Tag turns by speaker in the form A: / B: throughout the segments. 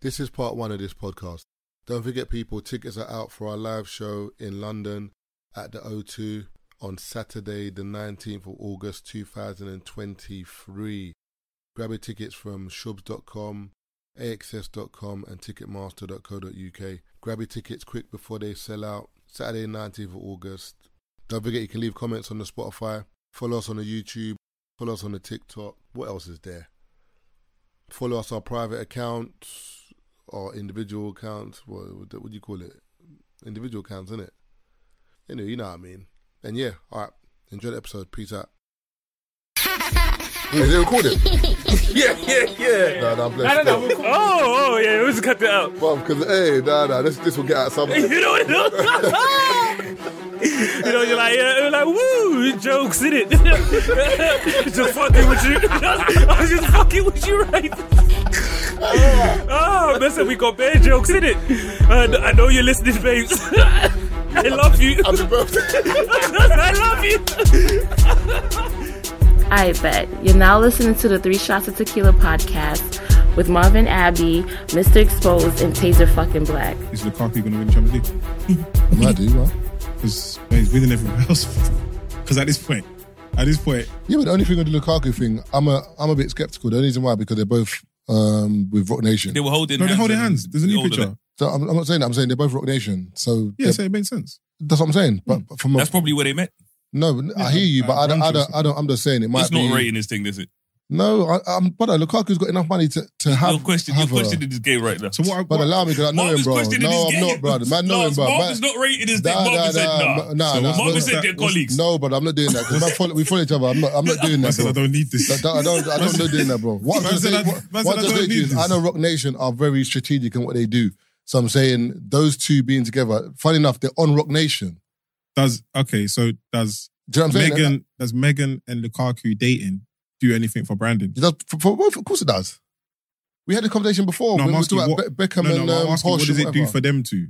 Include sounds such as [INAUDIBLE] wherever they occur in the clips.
A: This is part one of this podcast. Don't forget, people, tickets are out for our live show in London at the O2 on Saturday, the 19th of August 2023. Grab your tickets from shubs.com, axs.com, and ticketmaster.co.uk. Grab your tickets quick before they sell out. Saturday, 19th of August. Don't forget, you can leave comments on the Spotify, follow us on the YouTube, follow us on the TikTok. What else is there? Follow us our private accounts or individual accounts. What, what do you call it? Individual accounts, isn't it? Anyway, you know what I mean. And yeah, all right. Enjoy the episode. Peace out. is it recording?
B: Yeah, yeah, yeah.
A: no, no, I'm blessed. No, no,
B: Oh, oh, yeah, we just cut that out. [LAUGHS]
A: because hey, no, no, this this will get out [LAUGHS] some.
B: You know, you know,
C: [LAUGHS]
B: you know you're like, yeah, you're like, woo, jokes in it. [LAUGHS] just fucking with you. [LAUGHS] I was just fucking with you, right? [LAUGHS] oh, listen, we got bad jokes in it. And I know you're listening, babes. [LAUGHS] I love you. [LAUGHS]
A: Happy birthday.
B: I love you.
D: I bet. You're now listening to the Three Shots of Tequila podcast with Marvin Abbey, Mr. Exposed, and Taser fucking Black.
C: Is Lukaku going to win Champions League?
A: Might do, man.
C: Because he's winning everywhere else. [LAUGHS] Because at this point, at this point,
A: Yeah, but the only thing with the Lukaku thing, I'm a I'm a bit skeptical. The only reason why because they're both um, with Rock Nation.
E: They were holding
C: no, they're
E: hands.
C: holding
E: and
C: hands. There's a new
E: all of
C: picture.
E: it.
A: So I'm, I'm not saying that. I'm saying they're both Rock Nation. So
C: Yeah,
A: they're-
C: so it makes sense.
A: that's what I'm saying. But but from a,
E: That's probably where they met.
A: no, I hear you, but I don't, I don't,
C: Ramsey.
A: I don't. I'm just saying it might
E: it's
A: be.
E: not rating this thing, is it?
A: No, I, I'm. But Lukaku's got enough money to to have.
E: Your question, your
A: have a-
E: question in this game right now.
C: So what? I,
A: But
C: what-
A: allow me because I know him,
E: Marvin's
A: bro.
E: questioning
A: No,
E: his
A: I'm
E: game.
A: not, bro. Man, know him,
E: Lars,
A: bro. Man-
E: Marvin's not rating this thing.
A: Nah, nah,
E: Marvin said
A: nah,
E: nah.
A: ma- nah, nah,
E: Marvin
A: but-
E: said they're colleagues.
A: No, but I'm not doing that because man, follow, we follow each other. I'm not, I'm not doing
C: I
A: that.
C: said
A: Bro.
C: I don't need this.
A: That- that- I don't, I don't know doing that, bro. What I'm
C: Man
A: just
C: said
A: saying,
C: I-
A: what,
C: man
A: what I'm
C: said I
A: just
C: don't
A: saying to you
C: need
A: is, I
C: this.
A: know Rock Nation are very strategic in what they do. So I'm saying those two being together, funny enough, they're on Rock Nation.
C: Does okay? So does
A: Do you know what I'm saying?
C: Megan? Does Megan and Lukaku dating do anything for branding?
A: It does, for, for both, of course it does. We had a conversation before. when
C: No, I'm
A: we were
C: asking
A: talking about
C: what-
A: Be- Beckham
C: no,
A: and
C: no.
A: um,
C: I'm asking, what
A: Porsche,
C: does it do
A: whatever.
C: for them to?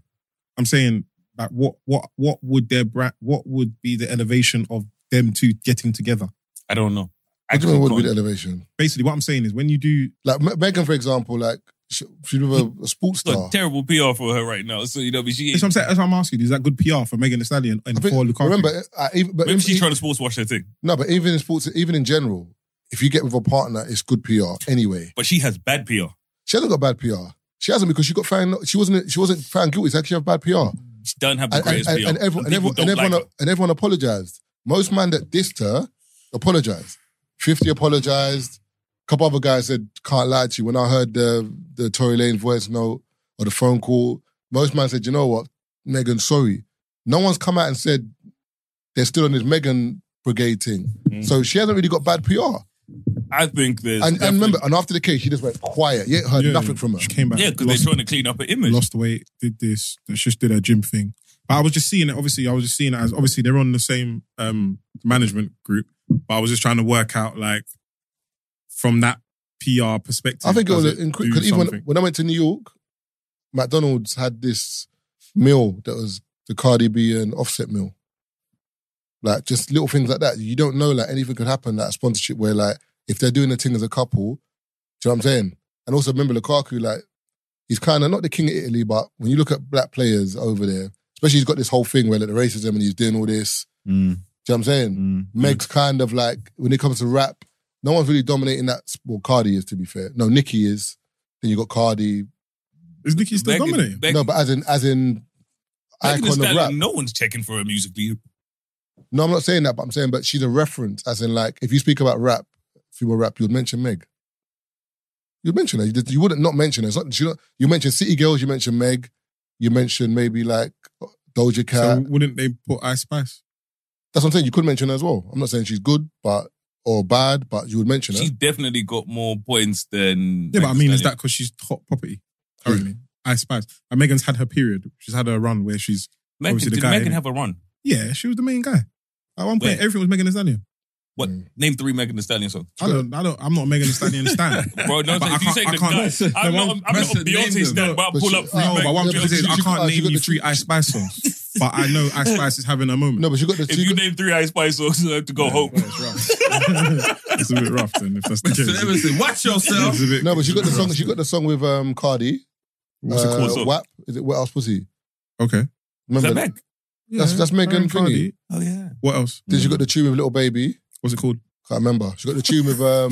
C: I'm saying like what what what would their brand? What would be the elevation of them two getting together?
E: I don't know. I
A: What do you mean,
E: could
A: what would be
E: not-
A: the elevation?
C: Basically, what I'm saying is when you do
A: Like Me- Megan, for example, like she, she's with a, a sports
E: It's
A: star.
E: a terrible PR for her right now. So you know, but she
C: That's what I'm saying. That's what I'm asking. you. Is that good PR for Megan Thee Stallion and
A: I think-
C: for Lukaku?
A: remember, I, even, but
E: maybe
A: if-
E: she's trying to sports wash her thing,
A: no, but even in sports, even in general, if you get with a partner, it's good PR anyway.
E: but she has bad PR.
A: She hasn't got bad PR. She hasn't because she got found. She wasn't. She wasn't found guilty. It's actually have bad PR.
E: She doesn't have the
A: And, and,
E: greatest
A: and,
E: PR.
A: and everyone, and everyone, and everyone, and everyone apologized. Most man that dissed her apologized. Fifty apologized. A couple other guys said, "Can't lie to you." When I heard the the Tory Lane voice note or the phone call, most man said, "You know what, Megan, sorry." No one's come out and said they're still on this Megan brigade thing.
E: Mm.
A: So she hasn't really got bad PR.
E: I think there's
A: And, and
E: definitely-
A: remember, and after the case, she just went quiet. You ain't heard
C: Yeah,
A: nothing from her.
C: She came back.
E: yeah, because
C: lost,
E: they're trying to clean up her image.
C: lost weight, did this. She just did her gym thing. But I was just seeing it. Obviously, I was just seeing it as obviously they're on the same um, management group. But I was just trying to work out like from that PR perspective.
A: I think it was
C: does
A: an
C: do
A: incredible. Even when,
C: something?
A: when I went to New York, McDonald's had this meal that was the Cardi B and Offset meal. Like just little things like that. You don't know like anything could happen. Like sponsorship where like if they're doing a thing as a couple, do you know what I'm saying? And also remember Lukaku, like he's kind of not the king of Italy, but when you look at black players over there, especially he's got this whole thing where like the racism and he's doing all this. Do you know what I'm saying? Meg's kind of like when it comes to rap, no one's really dominating that. Well, Cardi is to be fair. No, Nicki is. Then you got Cardi.
C: is Nikki still
E: Megan-
C: dominating?
E: Megan-
A: no, but as in as in
E: Megan Thee
A: icon of
E: Stallion,
A: rap.
E: No one's checking for her musically.
A: No, I'm not saying that, but I'm saying but she's a reference. As in like if you speak about rap, if you were rap, you'd mention Meg. You'd mention her. You, did- you wouldn't not mention her. It's not, she not, you mention City Girls. You mention Meg. You mention maybe like Doja Cat.
C: So wouldn't they put Ice Spice?
A: That's what I'm saying. You could mention her as well. I'm not saying she's good, but or bad, but you would mention her.
E: She's definitely got more points than.
C: Yeah, but I
E: Megan
C: mean, is
E: Stallion.
C: that because she's hot property currently? Ice Spice. And Megan's had her period. She's had her run where she's
E: Megan,
C: obviously the
E: did
C: guy,
E: Megan
C: innit?
E: have a run?
C: yeah, she was the main guy. At one point,
E: Wait.
C: everything was Megan Thee Stallion.
E: What?
A: Mm.
E: Name three Megan Thee Stallion songs.
C: I don't, I don't, I'm not a Megan Thee Stallion stan.
E: [LAUGHS] Bro, no,
C: But I
E: if you
C: can't-
E: say
C: I
E: the
C: can't-
E: guy,
C: the
E: I'm
C: one-
E: not, I'm not a
C: Preston, name
E: Beyonce
C: them.
E: stan, but I'll
A: But
E: pull
A: she-
E: up three
A: oh,
C: No,
E: Megan.
C: but what I'm
A: Yeah,
C: trying
A: but
C: to say is
A: she-
C: I
A: she-
C: can't
A: uh, she
C: name
A: got
C: you
A: the
C: three
A: cheek-
C: Ice Spice songs, but I know Ice Spice is having a moment.
A: No, but she got the
E: If
A: she
E: you
A: got-
E: name three Ice Spice songs, you have to go home.
C: [LAUGHS] it's a bit rough then if that's the
F: Mr.
C: case.
F: Emerson, watch yourself.
C: It's a bit-
A: No, but she got the
C: it's a
A: song.
C: bit
A: She got the song with um, Cardi.
C: What's it called?
E: so?
A: WAP. Is it Wet Ass Pussy?
C: Okay.
E: Is
A: Remember?
E: that Meg?
A: That's- that's Megan
C: Aaron Cardi.
A: Finney.
E: Oh yeah.
C: What else?
A: Did you got the tune with Little Baby?
C: What's it called? Hmm.
A: Can't remember. She got the tune with
C: [LAUGHS]
A: um,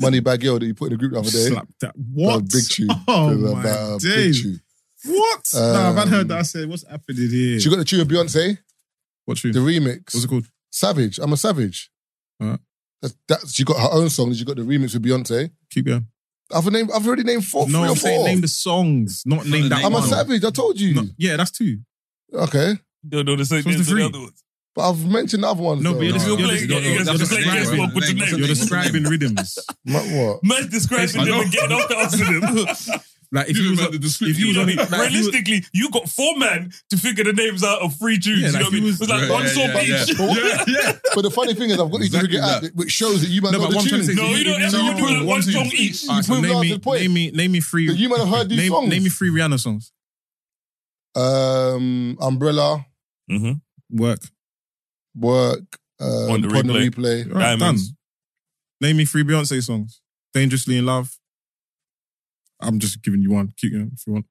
A: Moneybag Yo that you put in the group the other day.
C: Slap that. What?
A: That big tune.
C: [LAUGHS] Oh
A: That-
C: my
A: that, uh, big
C: days.
A: tune.
C: What? nah, if I'd heard that, I
A: Um,
C: said, what's happening here?
A: She got the tune with Beyonce,
C: what tune?
A: the remix.
C: What's it called?
A: Savage. I'm a savage.
C: Alright.
A: That, that, she got her own song. She got the remix with Beyonce.
C: Keep going.
A: I've named. I've already named four. Oh,
C: no,
A: three or
C: I'm saying
A: four.
C: name the songs, not
E: No,
C: name that
E: name
A: I'm
C: one.
A: a
E: one.
A: savage. I told you.
C: No, yeah, that's two.
A: Okay,
E: No, no, the same
C: So it's the
E: names as the
C: three.
E: other ones.
A: but I've mentioned the other ones.
C: No,
A: though.
C: but you're just-
E: You're
C: you're
E: playing-
C: just- you're
E: you're
C: just-
E: just
C: you're
E: playing
C: just
E: guess what,
C: describing-
E: what's the name?
C: You're describing rhythms.
A: Ma- what?
E: Man's describing
C: I
E: them
C: know.
E: and getting off the oxygen.
C: [LAUGHS] Like if
E: You
C: you was
E: remember the
C: if
E: description.
C: you
E: you
C: was
E: know [LAUGHS]
C: on
E: what I mean?
C: it, like, if you was-
E: Realistically, you got four men to figure the names out of three tunes. you know
C: Yeah, like
E: what I
C: he
E: mean?
C: was-
E: It's like
C: Yeah,
E: Bonzo
C: yeah,
E: Beach.
C: yeah,
E: Yeah,
A: But the funny thing is, I've got you to
F: Exactly
A: figure out,
F: that.
A: which shows that you might
C: No,
A: know
C: but
A: the
C: what I'm
A: tunes.
C: trying to say
E: No,
C: is
E: you don't
A: No,
E: ever do like
C: one
E: one
C: tune.
E: song each.
C: Alright, so
A: You've
C: name
A: lost
C: me,
A: the point.
C: name me, name me three.
A: But you might have heard these
C: name,
A: songs.
C: name me three Rihanna songs.
A: Um, Umbrella,
E: Mm-hmm.
C: Work.
A: Work, uh,
E: On
A: on
E: the
A: the
E: replay.
A: replay.
C: All right, done.
E: Diamonds.
C: Name me three Beyonce songs. Dangerously in Love. I'm just giving you one. Keep going if you want.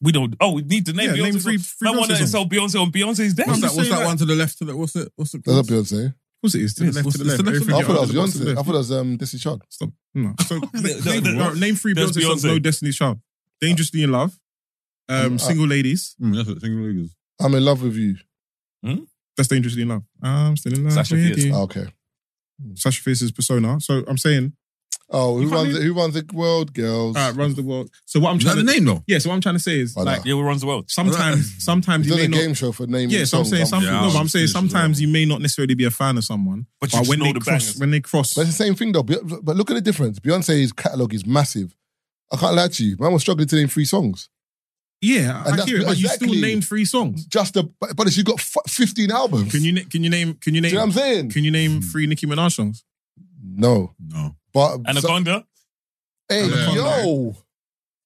E: We don't. Oh, we need to name
C: Yeah,
E: Beyonce.
C: name
E: songs.
C: three- three
E: that one
C: Beyonce
E: that
C: songs.
E: sold Beyonce on Beyonce's death.
F: What's
C: I'm
F: that?
C: just
F: What's
C: saying
F: that
C: that-
F: one to the left? To the what's it? What's it
A: That's
F: called?
A: not Beyonce.
C: Of course it is. To the
E: Yes,
C: left,
E: what's
C: to the
E: the
C: left.
E: left?
C: Everything
A: I thought that
C: else
A: was
C: is to the
A: Beyonce. I
C: left.
A: thought that was um, Destiny Child.
C: Stop. No. So
E: No,
C: name,
E: no,
C: no, name three
E: there's
C: Beyonce, songs.
E: Beyonce.
C: No Destiny's Child. Dangerously in Love. Um,
A: Uh,
C: Single Ladies.
F: Mm, that's it. Single ladies.
A: I'm in love with you.
C: That's Dangerously in Love. I'm still in love
E: Sasha
C: with
E: Fierce.
C: you.
A: Ah, okay.
C: Sasha Fierce's persona. So I'm saying,
A: Oh, who
C: You Ah, can't
A: runs
C: even-
A: it? Who runs the world, girls?
C: all right, runs the world. So what I'm
F: You know
C: trying
F: the
C: to
F: name though.
C: yeah, so what I'm trying to say is
A: Why
C: like
A: not?
E: Yeah, we runs the world.
C: sometimes, sometimes
A: He's
C: you
A: done
C: may
A: a
C: not.
A: game show for naming.
C: Yeah, so I'm
A: songs.
C: saying some,
F: Yeah,
C: no, but I'm
F: I'm
C: saying
F: finished as
C: sometimes
F: well.
C: you may not necessarily be a fan of someone,
E: But
C: but,
E: you just
C: when
E: know
C: they
E: the
C: cross,
E: bangers.
C: when they cross,
A: But it's the same thing though. Be- But look at the difference. Beyonce's catalog is massive. I can't lie to you. Man was struggling to name three songs.
C: yeah,
A: And
C: I
A: that's
C: hear it, but you still
A: exactly-
C: named three songs.
A: Just the but, but she got f- fifteen albums.
C: Can you na- can you name can you
A: Do
C: name
A: you know what I'm saying?
C: can you name three Nicki Minaj songs?
A: No,
F: No.
A: but so,
E: Anaconda.
A: hey,
F: Anaconda.
A: yo,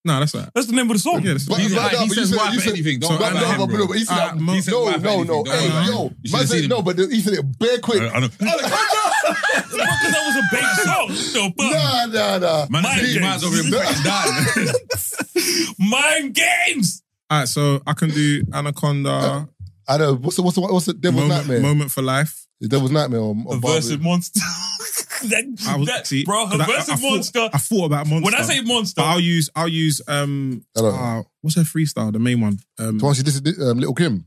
C: No, that's that.
E: That's the name of the song.
C: Yeah, that's
A: But-
F: He
A: but-
F: like,
A: no,
F: he
A: but you
F: says
A: said-
F: why
A: you
F: for
A: said-
F: anything. Don't
C: so-
F: why
A: but
F: for
A: no,
F: him,
A: but,
F: bro.
A: no, but he said,
C: Alright,
A: that-
C: Mo-
F: said
A: no,
F: why
A: no,
F: for
A: no,
F: anything,
A: hey,
F: don't
A: yo,
F: lie. You
A: man
F: should've
A: said,
F: seen
A: no,
F: him.
A: but the, he said it bare quick.
C: [LAUGHS]
F: I know.
E: Because that was a big song. No, but
A: Nah, nah, nah.
F: Man, I
E: Mind
F: said you might as well be
E: games.
F: breaking
E: [LAUGHS]
F: down.
E: Mind Games.
C: All right, so I can do Anaconda,
A: I know. What's the what's the what's the devil's
C: moment,
A: nightmare?
C: moment for life.
A: The devil's nightmare or, or Barbie.
E: Subversive Monster. [LAUGHS] that,
C: I was
E: that,
C: see,
E: bro,
C: 'cause I- I- I
E: Subversive
C: thought-
E: Monster.
C: I thought about monster.
E: when I say monster,
C: but I'll use I'll use um
A: I don't know.
C: uh, what's her freestyle, the main one. Um,
A: The one she did to, um, Little Kim.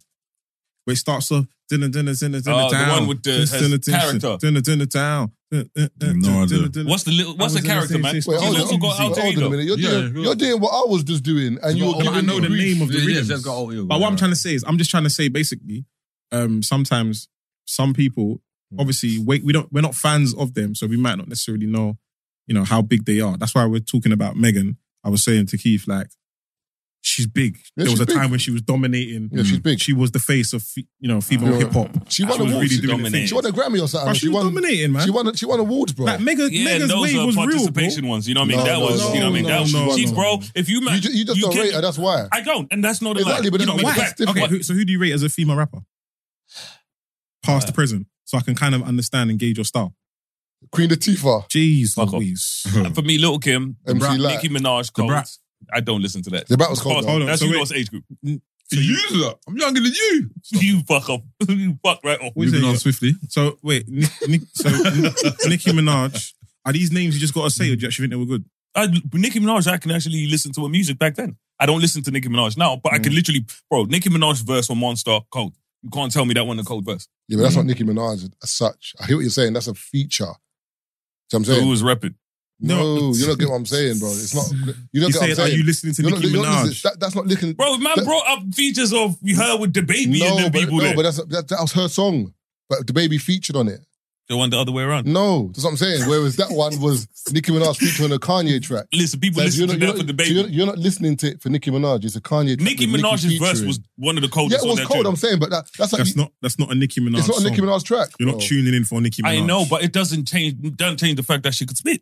C: where it starts off dinner, dinner, dinner, dinner
E: Oh, the
C: down.
E: one with the- has character.
C: dinner, dinner down. No
F: No idea.
E: what's the little, what's the
C: I was gonna
E: character,
C: say
E: man?
C: this.
E: She's
C: Wait, hold
E: also
C: on.
E: got Al
C: Hold
A: Hold on a
E: Jaido.
A: minute. You're,
F: Yeah,
A: doing,
F: yeah.
A: you're doing what I was just doing, and you were
C: Well,
A: giving
C: I know
A: me
C: the
A: grief.
C: name of the
F: Yeah, yeah,
C: rhythms.
F: just got all ill,
C: But what I'm
F: yeah.
C: trying to say is, I'm just trying to say basically, um, sometimes some people
A: Hmm.
C: obviously wait. We don't. We're not fans of them, so we might not necessarily know, you know, how big they are. That's why we're talking about Megan. I was saying to Keith like, she's big.
A: Yeah,
C: there
A: she's
C: was a time
A: big.
C: when she was dominating.
A: Yeah, she's big.
C: She was the face of fe- you know female
A: Yeah.
C: hip hop.
A: She won
E: She was
A: awards.
E: really
A: She-
E: doing it.
A: She won a Grammy or something.
C: But she, was
A: won.
C: dominating, man.
A: She won. She won awards, bro.
C: like Mega,
E: Yeah,
C: Mega's
E: those
C: wave
E: are
C: was real, bro.
E: participation ones. You know what I mean?
A: No,
E: that
A: no,
E: was,
A: no,
E: you know what I mean?
C: no,
E: that was,
C: no,
E: she's,
C: no.
E: bro, if you, man,
A: you, ju- you just don't
E: can-
A: rate her. That's why.
E: I don't, and that's not a
A: Exactly,
E: lie.
A: but
E: you know
A: that's
E: what I mean?
A: why.
E: Fact.
A: Different.
C: Okay, who, so who do you rate as a female rapper? Past
E: Uh,
C: to present. So I can kind of understand and gauge your style.
A: Queen Latifah,
C: Jeez
E: Fuck off. [LAUGHS]
C: Louise.
E: For me, Little Kim,
A: MC
E: Bra-
A: Lyte.
E: Nicki Minaj,
F: The
E: Cold.
F: Brat.
E: I don't listen to that.
A: The Brat was cold.
E: That's
A: though.
C: Hold on,
E: That's
C: so
E: you
C: wait.
E: lot's age group. [LAUGHS]
F: You look. I'm younger than you.
E: You fuck up. [LAUGHS] You fuck right off.
C: What you
F: Moving
C: say?
F: on swiftly.
C: So wait, Nick, Nick, so [LAUGHS] Nicki Minaj. Are these names you just got to say, or do you actually think they were good?
E: I, Nicki Minaj, I can actually listen to her music back then. I don't listen to Nicki Minaj now, but I
A: Mm.
E: can literally, bro, Nicki Minaj verse on Monster Cold. You can't tell me that one a cold verse.
A: Yeah, but that's
E: Mm.
A: not Nicki Minaj as such. I hear what you're saying. That's a feature. Do you know what I'm
E: So who
A: saying?
E: was repping?
A: No,
C: No.
A: you don't get what I'm saying, bro. It's
E: [LAUGHS]
A: not. You don't
C: You
A: get what I'm
C: said, are
A: saying.
C: you listening to
A: You're not-
C: Nicki
A: you're not
C: Minaj?
A: listening- that- that's not licking.
E: Bro, man
A: That-
E: brought up features of her with the baby
A: no,
E: and them
A: but,
E: people
A: no,
E: there.
A: but that's, that, that was her song. But the baby featured on it.
E: the one the other way around.
A: No, that's what I'm saying. Whereas that one was Nicki Minaj featuring a Kanye track.
E: Listen, people
A: So
E: listen
A: you're not-
E: to
A: you're
E: that for
A: not-
E: the
A: so
E: baby.
A: you're, you're not listening to it for Nicki Minaj. It's a Kanye track.
E: Nicki
A: with
E: Minaj's verse
A: featuring.
E: was one of the
A: Yeah,
E: coldest
A: it
E: on
A: was
E: that
A: cold.
E: tune.
A: I'm saying, but that, that's like
C: That's not that's not a Nicki Minaj.
A: it's not a Nicki
C: song.
A: Minaj track.
C: You're not
A: bro.
C: tuning in for Nicki Minaj.
E: I know, but it doesn't change doesn't change the fact that she could spit.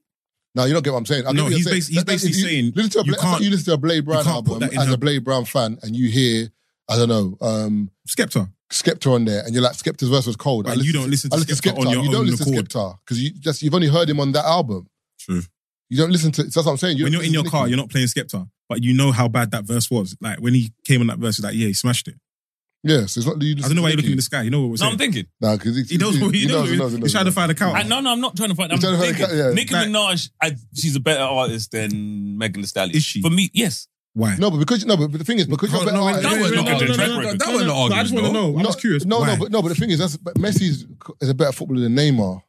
A: No, you don't get what I'm saying. I get
C: No,
A: what you're
C: he's
A: saying.
C: basi- he's
A: if
C: basically
A: you
C: saying
A: listen to a
C: you
A: Bla- that's like
C: can't-
A: you listen to a Blade Brown
C: can't put
A: album
C: that in
A: as
C: her-
A: a Blade Brown fan, and you hear I don't know um,
C: Skepta.
A: Skepta on there, and you're like Skepta's verse was cold.
C: But
A: I
C: you don't listen
A: I
C: to Skepta on your
A: You don't
C: own
A: listen to
C: accord.
A: Skepta because you just you've only heard him on that album.
F: True.
A: You don't listen to. That's what I'm saying.
C: when you're in your car, you're not playing Skepta, but you know how bad that verse was. Like when he came on that verse, he's like, yeah, he smashed it.
A: Yeah, so it's not. You
C: I don't know why you're looking in the sky. You know what we're
E: No,
C: saying?
E: I'm thinking.
A: Nah, because
C: he knows what he, knows. he's trying to find a cow.
E: I, no, no, I'm not trying to find. I'm
A: You're trying to find a
E: thinking.
A: cat, yeah.
E: Nicki
C: Like-
E: Minaj, I, she's a better artist than Megan Thee Stallion.
C: Is she?
E: For me, yes.
C: Why?
A: No, but because no, but the thing is, because you're
C: Hold on,
A: better.
C: no,
A: artist-
E: that was not a track record.
F: That wasn't an
C: no, I just want to
F: argument,
C: know. I'm
A: no,
C: just curious.
A: No,
C: why?
A: no, but no. But the thing is, that's but Messi is a better footballer than Neymar,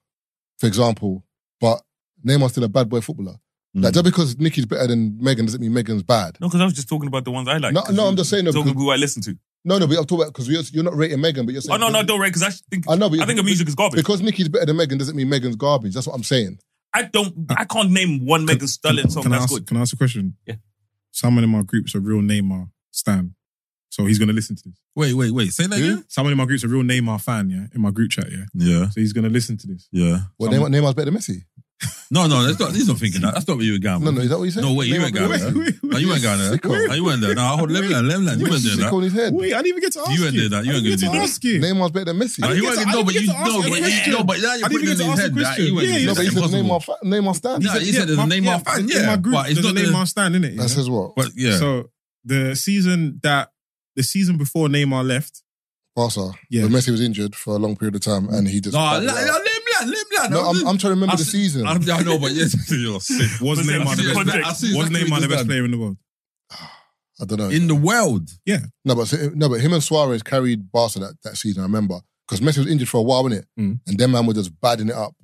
A: for example. But Neymar's still a bad boy footballer.
F: Hmm.
A: Like, just because Nicky's better than Megan doesn't mean Megan's bad.
E: No, because I was just talking about the ones I like.
A: No,
E: 'Cause
A: no,
E: you-
A: I'm just saying, no,
E: Talking about
A: because-
E: who I listen to.
A: No, no, but I'm talking about because you're, you're not rating Megan, but you're
E: Oh
A: saying.
E: no, no, don't rate because I actually think
A: I know, but
E: I think her music is garbage.
A: Because Nicky's better than Megan doesn't mean Megan's garbage. That's what I'm saying.
E: I don't. I can't name one Megan Stallion song
C: can I
E: that's
C: ask-
E: good.
C: Can I ask a question?
E: Yeah.
C: Someone in my group's a real Neymar stan, so he's gonna listen to this.
F: Wait, wait, wait. Say that again.
C: Someone in my group's a real Neymar fan, yeah, in my group chat, yeah.
F: Yeah,
C: So he's gonna listen to this.
F: yeah.
A: Well,
C: Someone-
A: Neymar, Neymar's better than Messi.
F: No, no, that's not. He's not thinking that. That's not what you were going.
A: No,
F: with.
A: no, is that what you said?
F: No, wait, you
A: Neymar
F: ain't
A: better
F: going
A: than
F: there.
A: Messi?
F: No, you ain't going there.
A: Sicko.
F: No, you went there. No, hold on, let me land, let me land. You
A: You're
F: went there.
A: sick
F: nah.
A: on his head.
C: Wait, I didn't even get to ask
F: You ain't
C: you.
F: did that. You
C: I didn't
F: ain't gonna
C: get
F: do
C: to
F: that.
C: ask you.
A: Neymar's better than Messi.
F: No,
C: I didn't
F: you
C: get to-
F: ain't
C: I
F: no,
C: didn't
F: but
C: get
F: you
C: to ask
F: no,
C: the
F: but
C: question.
F: no, but
C: I
F: that you're
C: didn't
F: putting
C: get
F: it
C: to
F: in his
C: ask the
F: head. that
C: question.
F: he went-
C: Yeah,
F: he
C: you
A: No,
F: said
A: but he said
F: impossible.
A: Neymar, fa- Neymar stand.
F: No,
A: That
F: he said there's a Neymar fan.
C: in my
F: Yeah,
C: group,
F: but it's
C: there's a
F: not the-
C: Neymar stan in it. yeah?
A: says what?
F: But yeah,
C: So the season that the season before Neymar left,
A: Barca.
C: Yeah.
A: But Messi was injured for a long period of time and he just.
F: no, let let him land, let him land.
A: No, I'm, I'm trying to remember
F: I
A: the
F: see-
A: season.
F: I I know, but yes, you're sick.
E: Was
C: was
E: it-
C: Neymar
E: I see it's
C: the best?
E: contract.
F: I see
C: Was
F: exactly what
C: Neymar the
F: he's
C: best
F: done.
C: player in the world?
A: I don't know.
F: in the world?
A: No, but no, but him and Suarez carried Barca that, that season. I remember because Messi was injured for a while, wasn't it?
C: Mm.
A: And then man was just badding it up.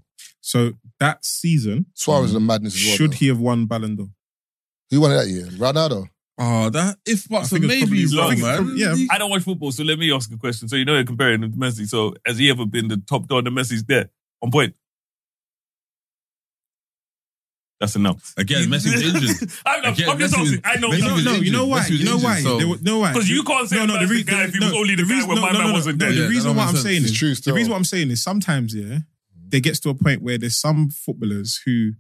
C: So that season,
A: Suarez is a madness. As well,
C: Mm. should
A: though.
C: he have won Ballon d'Or?
A: Who won it that year? Ronaldo.
F: Oh, that if
C: I
F: buts
C: think
F: and
C: it's probably
F: maybes,
E: low,
F: bro,
C: man.
F: man.
C: Yeah.
E: I don't watch football, so let me ask a question. So you know you're comparing him to Messi. So has he ever been the top dog? The Messi's there on point. That's enough.
F: Again, Messi was injured.
E: [LAUGHS] I'm, not-
F: Again,
E: I'm just
F: Messi was-
E: asking. I know
F: Messi
C: No,
F: was
C: no, you
F: injured.
C: know why?
F: Messi was
C: You know
F: injured,
C: why?
F: so-
C: There was- no, why?
E: because you can't say
C: No, no, the
E: the
C: re-
E: guy if he
C: no,
E: was only the,
C: the
E: guy
C: reason-
E: when
C: no,
E: my
C: no,
E: man
C: no,
E: wasn't
C: no,
E: there.
C: the
F: Yeah,
C: reason
F: that
C: why
F: makes
C: I'm
F: sense.
C: saying
A: It's
C: is
A: true
C: the
A: still.
C: reason why I'm saying is sometimes yeah, there gets to a point where there's some footballers who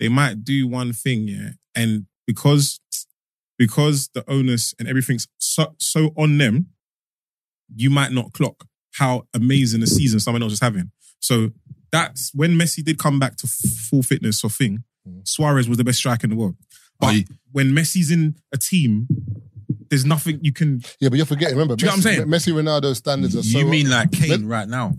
C: they might do one thing yeah, and because because the onus and everything's so, so on them, you might not clock how amazing a season someone else is having. So that's when Messi did come back to f- full fitness or thing. Suarez was the best striker in the world. But
F: Oh, Mm. he-
C: when Messi's in a team, there's nothing you can.
A: Yeah, but you're forgetting. Remember,
C: Do you
A: Messi,
C: know what I'm
A: Messi Ronaldo standards are so.
F: You mean like Kane
A: But-
F: right now?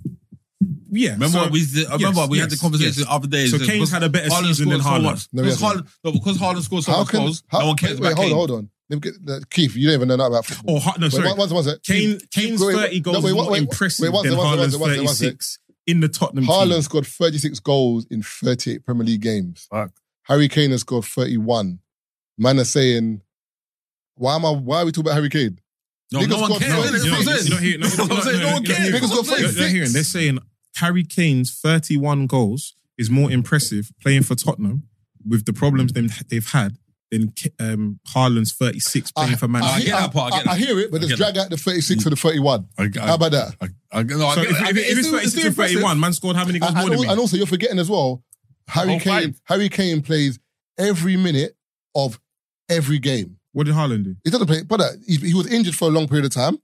C: Yeah,
F: Remember
C: so-
F: what we did, I remember
C: yes,
F: we had the
C: yes,
F: conversation
C: yes.
F: the other day.
C: So
F: It's
C: Kane's
F: because
C: had a better season than
F: scored
C: Haaland.
F: So much.
A: No, he
F: because
A: hasn't.
F: Haaland, no, because Haaland scored so
A: how
F: much
A: can?
F: goals,
A: how,
F: no one cares
A: wait,
F: about
A: hold
F: Kane.
A: on, hold on. Let me get that. Keith, you don't even know nothing about football.
C: Or Ha- no, Oh, sorry,
A: Wait, one, one sec.
C: Kane, Kane's
A: wait, wait,
C: thirty goals
A: no, wait,
C: is
A: wait,
C: more
A: wait,
C: impressive
A: wait, one
C: than
A: sec, one sec,
C: Haaland's
A: one sec, one sec.
C: thirty-six in the Tottenham
A: Haaland
C: team.
A: scored 36 goals in 38 Premier League games.
E: Fuck.
A: Harry Kane has scored 31. Man are saying, why am I? Why are we talking about Harry Kane?
F: No, no
A: Niggas
F: one
A: got
F: cares.
A: no,
F: That's
A: you
F: what I'm
A: know,
F: saying.
A: you
C: don't hear- no,
F: That's what I'm
C: no,
F: saying.
C: no,
F: No one
C: you don't
F: cares.
C: hear-
F: That's what
A: Niggas
F: I'm
A: got
F: saying.
C: You're, you're hearing they're saying Harry Kane's thirty-one goals is more impressive playing for Tottenham with the problems them they've had than K- um, Haaland's thirty-six playing for Man
F: I
C: United.
F: get that part, I get that.
A: hear it, but
F: I
A: just
F: get that.
A: drag out the 36 for the 31. How about that?
F: I, I, no, I
C: So
F: get
C: if,
F: that.
C: if, if
F: It's
C: it's
F: still-
C: thirty-six to
F: still impressive.
C: thirty-one, man scored how many goals
A: And,
C: more
A: and
C: than
A: al-
C: me?
A: and also, you're forgetting as well, Harry
E: whole
A: Kane. Harry Kane plays every minute of every game.
C: What did Haaland do
A: He doesn't play, but uh, he, he was injured for a long period of time.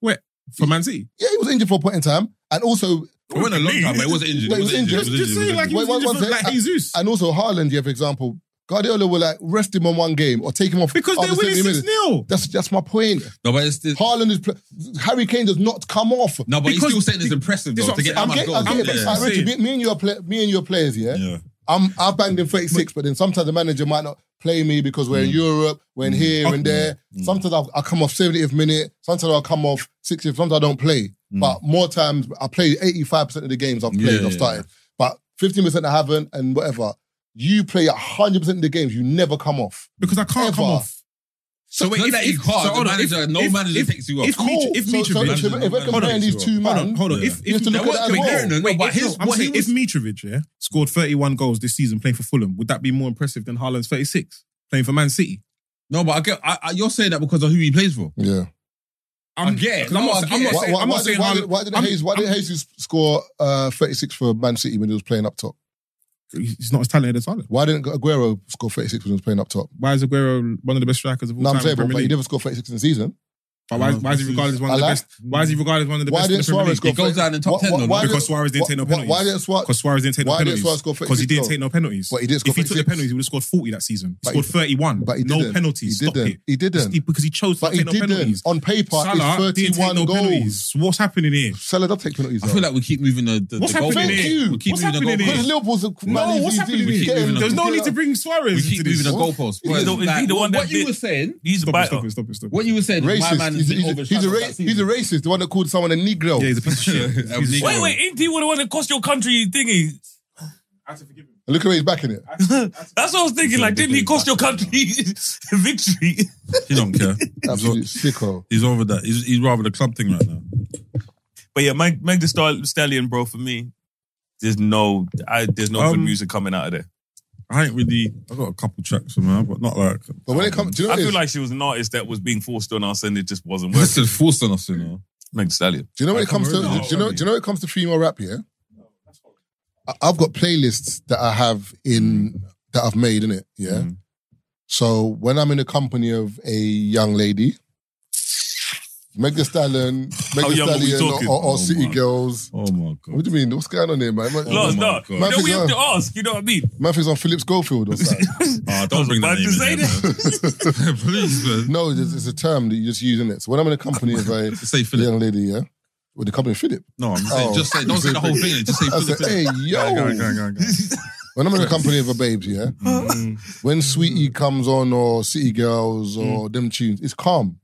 C: for Man City?
A: Yeah, he was injured for a point in time, and also,
F: It went a long time, but it wasn't injured.
A: No,
F: It was injured.
A: Just-
F: It was
C: Just say
F: injured.
C: like he
A: Wait,
C: was
A: one-
C: injured
A: one
C: for-
A: sec.
C: like Jesus.
A: and also Haaland. Yeah, for example, Guardiola will like rest him on one game or take him off
C: Because
A: after
C: they're winning
A: 70 minutes.
C: 6 0.
A: That's that's my point.
F: No, but it's it's-
A: Haaland is pl- Harry Kane does not come off.
F: no, but he's
C: Because
F: still saying it's impressive
C: this is
F: though
C: what
F: to
C: I'm
F: get
C: saying.
F: that
A: I'm getting,
F: much goals.
A: I'm getting,
C: Yeah.
A: but, uh, Richard, me, me and you are play, me and you are players, yeah. I'm I've banged in 36, but then sometimes the manager might not play me because
C: Mm.
A: we're in Europe, we're in here and there. Sometimes I'll, I'll come off 70th minute, sometimes I'll come off 60th, sometimes I don't play.
C: Mm.
A: But more times I play 85% of the games I've played,
F: Yeah,
A: I've
F: yeah,
A: started. But 15% I haven't and whatever. You play 100% of the games, you never come off.
C: Because I can't come
A: Ever.
C: off.
F: So wait, if you
C: so
F: can't, the
C: hold on, if-
F: manager, no
C: if-
F: manager
C: if-
F: takes you off.
C: if Mitch-
A: Cool.
C: if
A: So- so
C: Mitrovic-
A: if, if,
F: Hold
A: we're
F: on,
A: comparing these
F: hold
A: two
C: Hold
A: man,
C: on, hold on.
F: Yeah.
C: If,
A: You have
C: if,
A: to look
C: no,
A: at that
C: wait,
A: as
C: no,
A: well.
C: no, wait,
F: But
C: if-
F: his-
C: no, I'm
F: what
C: saying
F: he
C: if
F: was-
C: Mitrovic yeah, scored 31 goals this season playing for Fulham, would that be more impressive than Haaland's 36 playing for Man City?
F: No, but I get. I, I, you're saying that because of who he plays for.
A: Yeah.
C: I'm,
F: get it.
C: 'cause I'm
F: No,
C: not,
F: I
C: I'm
F: get
C: not
F: it.
A: Why,
C: saying,
A: why,
C: I'm
A: why
C: not
A: did,
C: saying
A: why,
C: Haaland.
A: did, why, didn't
C: I'm-
A: Hayes, why didn't Jesus score uh, 36 for Man City when he was playing up top?
C: He's not as talented as Haaland.
A: Why didn't Aguero score 36 when he was playing up top?
C: Why is Aguero one of the best strikers of all
A: No,
C: time?
A: I'm
C: in
A: saying, but
C: Premier
A: but he
C: League?
A: never scored 36 in the season.
C: But why,
F: No,
C: why is he regarded as one of the
A: Alaa?
C: best? Why is he regarded as one of the
A: Why
C: best in
A: didn't
C: the Premier
A: Suarez
C: League?
A: go
F: He goes
A: Why-
F: down in top
A: why-
F: ten. though,
A: why-
F: no?
C: Because Suarez didn't
A: Why-
C: take no
A: why-
C: penalties.
A: Why didn't Suarez?
C: Because Suarez didn't take
A: Why
C: no
A: did
C: penalties.
A: Suarez score 56
C: Because he didn't
A: though?
C: take no penalties.
A: But he did score
C: if he took the
A: 56.
C: penalties, he would have scored 40 that season. He
A: But
C: scored
A: he-
C: 31.
A: but he
C: no
A: didn't.
C: penalties.
A: He
C: Stop
A: didn't.
C: it.
A: He didn't.
C: Just- Because he chose
A: But
C: to
A: he
C: take no
A: didn't.
C: penalties.
A: On paper,
C: Salah
A: it's
C: didn't take
A: 31
C: no
A: goals.
C: penalties. What's happening here?
A: Salah does take penalties.
F: I feel like we keep moving the, the,
C: What's
F: the goal.
C: happening
A: Thank
C: here?
A: you.
F: We keep
C: What's
F: moving the
C: happening
F: goal.
C: here?
A: because Liverpool's a
C: No,
A: man, he's-
C: what's happening
A: he's
C: here?
A: getting-
F: There's
C: There's no
A: he's
C: need to
A: getting-
C: bring
F: We
C: Suarez
F: keep
C: into this.
F: moving the
A: What?
E: He's
F: goalposts.
E: the-
F: bro.
E: he's
F: Like,
E: the one
F: What
E: that
F: what you
E: did-
F: were saying?
E: He's
C: Stop it,
E: bite.
C: stop it, stop it, stop it.
F: What you were saying? is My
A: Racist.
F: man
A: He's,
F: is
A: he's,
F: over
A: he's, a ra- he's a racist. The one that called someone a Negro.
C: Yeah, he's a piece of shit.
F: That was
C: He's-
E: Wait, wait, ain't he would have want to cost your country thingy?
C: I have to forgive him.
A: And Look at where he's backing it.
E: That's what I was thinking. Like, didn't he cost your country [LAUGHS] victory?
G: He don't care. He's, o-
A: Absolute sicko.
G: he's over that. He's, he's rather the club thing right now.
E: But yeah, Meg, Meg the Stal- Stallion, bro, for me, there's no, I, there's no good
G: Um,
E: music coming out of there.
G: I ain't really. I got a couple tracks from her, but not like.
A: But when it comes, do you know
E: I
A: what it
E: feel
A: is?
E: like she was an artist that was being forced on us, and it just wasn't working.
G: Listen, forced on us, you know.
E: Meg the Stallion.
A: Do you know
G: I
A: when it comes to
G: can't
A: do
G: remember.
A: you know do you know when it comes to female rap? Yeah, I- I've got playlists that I have
G: Mm.
A: in that I've made in it. Yeah, so when I'm in the company of a young lady, Meg Thee Stallion, Meg
E: How
A: Thee
E: young are we
A: Stallion, or,
E: talking?
A: or
G: Oh,
A: City
G: my.
A: Girls.
G: Oh my god. Oh,
A: What do you mean? What's going on here, man? Man,
E: No,
A: man,
E: no,
G: God.
E: you know, we have to ask. You know what I mean?
A: thinks I'm Phillips Goldfield
G: [LAUGHS]
A: or something.
G: Ah, don't bring
E: I
G: that name
E: was
G: in
E: about to
G: there,
F: [LAUGHS]
G: man. Please, man.
A: no, it's, it's a term that you just use in it. So when I'm in the company
G: [LAUGHS]
A: of a
G: Say Philip.
A: young lady, yeah, with the company of Philip,
G: No, I'm saying
A: Oh.
G: just say. Don't say
A: [LAUGHS]
G: the whole thing. Just
C: [LAUGHS]
G: say
A: I
G: Philip.
A: said, "Hey, yo."
G: Go on, go on, go on, go on.
A: When I'm in the company of a babes, yeah,
C: Mm-hmm.
A: when Sweetie comes on or City Girls
C: Mm.
A: or them tunes, it's calm.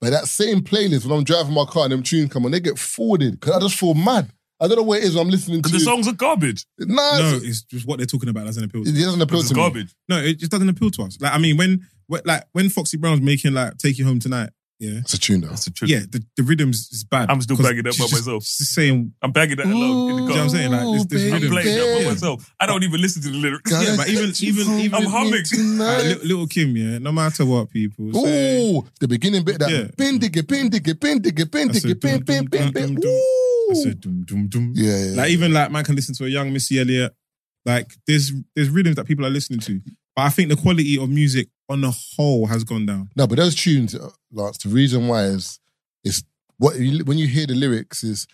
A: But that same playlist, when I'm driving my car and them tunes come on, they get forwarded because I just feel mad. I don't know what it is when I'm listening to.
E: Because the songs are garbage.
A: Nah,
C: No,
A: it's-
C: it's just what they're talking about doesn't appeal to
A: it doesn't appeal
E: It's
A: to me.
E: garbage.
C: No, it just doesn't appeal to us. Like, I mean, when, when like when Foxy Brown's making like "Take You Home Tonight," yeah,
A: It's a tune though.
E: That's the truth.
C: yeah, the, the rhythms is bad.
E: I'm still
C: 'Cause
E: bagging that
C: she's
E: by
C: just-
E: myself.
C: She's just saying,
E: I'm bagging that alone in the
C: you know what
E: car.
C: I'm saying? Like, there's, there's
E: I'm
C: rhythms.
E: playing that by
A: Yeah.
E: myself. I don't even listen to the lyrics.
A: Got
C: Yeah, but even even even
E: I'm humming.
C: like, Lil- Little Kim, yeah, no matter what people say,
A: Ooh, the beginning bit that
C: Yeah.
A: pin diggy, pin diggy, pin diggy, pin
C: That's
A: diggy,
C: it.
A: pin pin
C: Dum,
A: pin
C: dum,
A: pin.
C: dum, dum. I
A: Ooh.
C: said, dum, dum, dum.
A: Yeah, yeah,
C: Like even like man can listen to a young Missy Elliott. Like there's there's rhythms that people are listening to, but I think the quality of music on the whole has gone down.
A: No, but those tunes, uh, Lance. The reason why is, is what you, when you hear the lyrics is,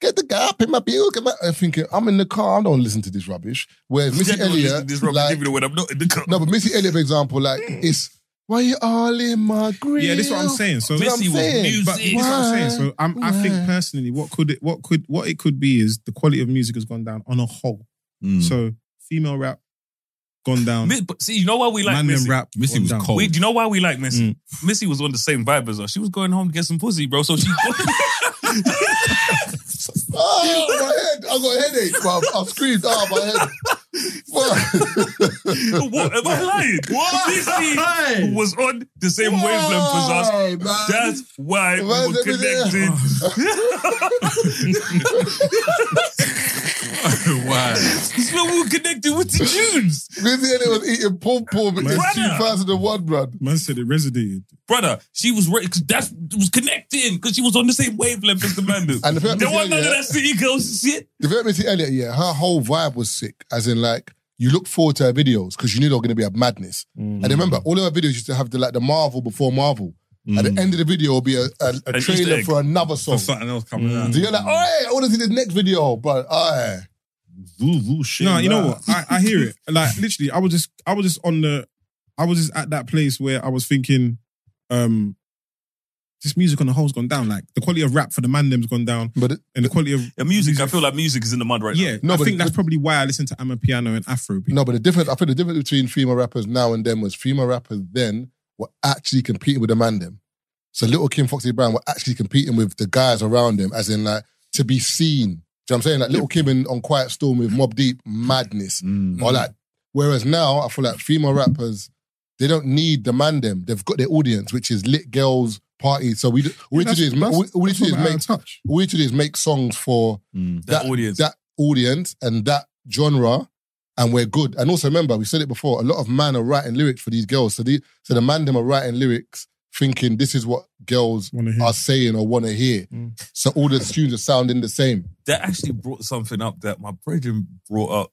A: get the guy up in my bill. Get my. I'm thinking, I'm in the car. I don't listen to this rubbish.
E: [LAUGHS]
A: Whereas Missy
E: Generally,
A: Elliott,
E: this rubbish, Mm.
A: like,
E: even though when I'm not in the car.
A: no, but Missy Elliott, for example, like it's why you all in my grill.
C: Yeah, that's what I'm saying. So
A: Do you know what
E: Missy
A: I'm
E: was
A: saying?
C: But this is what I'm saying. So I'm, I
A: Why?
C: think personally, what could it, what could, what it could be is the quality of music has gone down on a whole.
A: Hmm.
F: Hmm.
G: Mm.
F: [LAUGHS]
C: So female rap gone
A: Um,
C: down.
E: Mi- but see, you know why we like
C: Man
E: Missy?
C: them rap.
G: Missy
C: gone
G: was
C: down.
G: cold.
E: We, do you know why we like
A: Mm.
E: Missy? Missy was on the same vibe as us. She was going home to get some pussy, bro.
A: [LAUGHS]
E: So she. [LAUGHS]
A: Oh, my head! I got a headache. bruv. I screamed. Oh, my head! Fuck.
E: what? Am I lying?
F: [LAUGHS]
E: Missy was on the [LAUGHS] same wavelength as us.
A: Why, man?
E: That's why we
A: Why is
E: were
A: everything-
E: connected.
G: Why?
E: That's why we were connected with the tunes.
A: Missy Elliott was eating pom pom in
E: Brother.
A: 2001, bruv.
C: Man said it resonated.
E: Brother, she was re- that's was connecting because she was on the same wavelength as the man. did.
A: And the fact
E: There
A: Missy
E: wasn't none of
A: Elliott-
E: that city girls shit.
A: The fact Missy Elliott, yeah, her whole vibe was sick. As in, like, you look forward to her videos because you knew they were going to be a madness. And remember, all of her videos used to have the like the Marvel before Marvel. At the end of the video, will be a, a, a
E: An Easter
A: trailer
E: egg.
A: for another song.
G: There's something else coming out.
A: So you're like, oh, I want to see the next video, but aye.
G: Woo, woo, shit.
C: No, you know
G: Nah.
C: what? I, I hear
A: [LAUGHS]
C: it. Like literally, I was just I was just on the I was just at that place where I was thinking, um, this music on the whole's gone down. Like the quality of rap for the man them's gone down,
A: But it-
C: and the quality of
E: And music, I feel like music is in the mud right
C: yeah.
A: No,
C: I
A: but
C: think
A: it-
C: that's probably why I listen to I'm a Piano and Afrobeat.
A: no, but the difference, I think the difference between female rappers now and then was female rappers then were actually competing with the man them. So Little Kim Foxy Brown were actually competing with the guys around them, as in like to be seen. Do you know what I'm saying? Like Little Kim in, on Quiet Storm with Mob Deep, madness.
G: Mm.
A: Or like, whereas now I feel like female rappers, they don't need the man them. They've got their audience, which is lit girls parties. So we do- all we need to do is ma- all, all we need to do is make
C: touch.
A: all we need to do is make songs for
G: Mm.
E: now. That, audience.
A: that audience and that genre, and we're good. And also remember, we said it before. A lot of men are writing lyrics for these girls. So the so the man them are writing lyrics thinking this is what girls
C: Wanna hear.
A: are saying or want to hear.
C: Mm.
A: So all the tunes are sounding the same.
E: that actually brought something up that my brethren brought up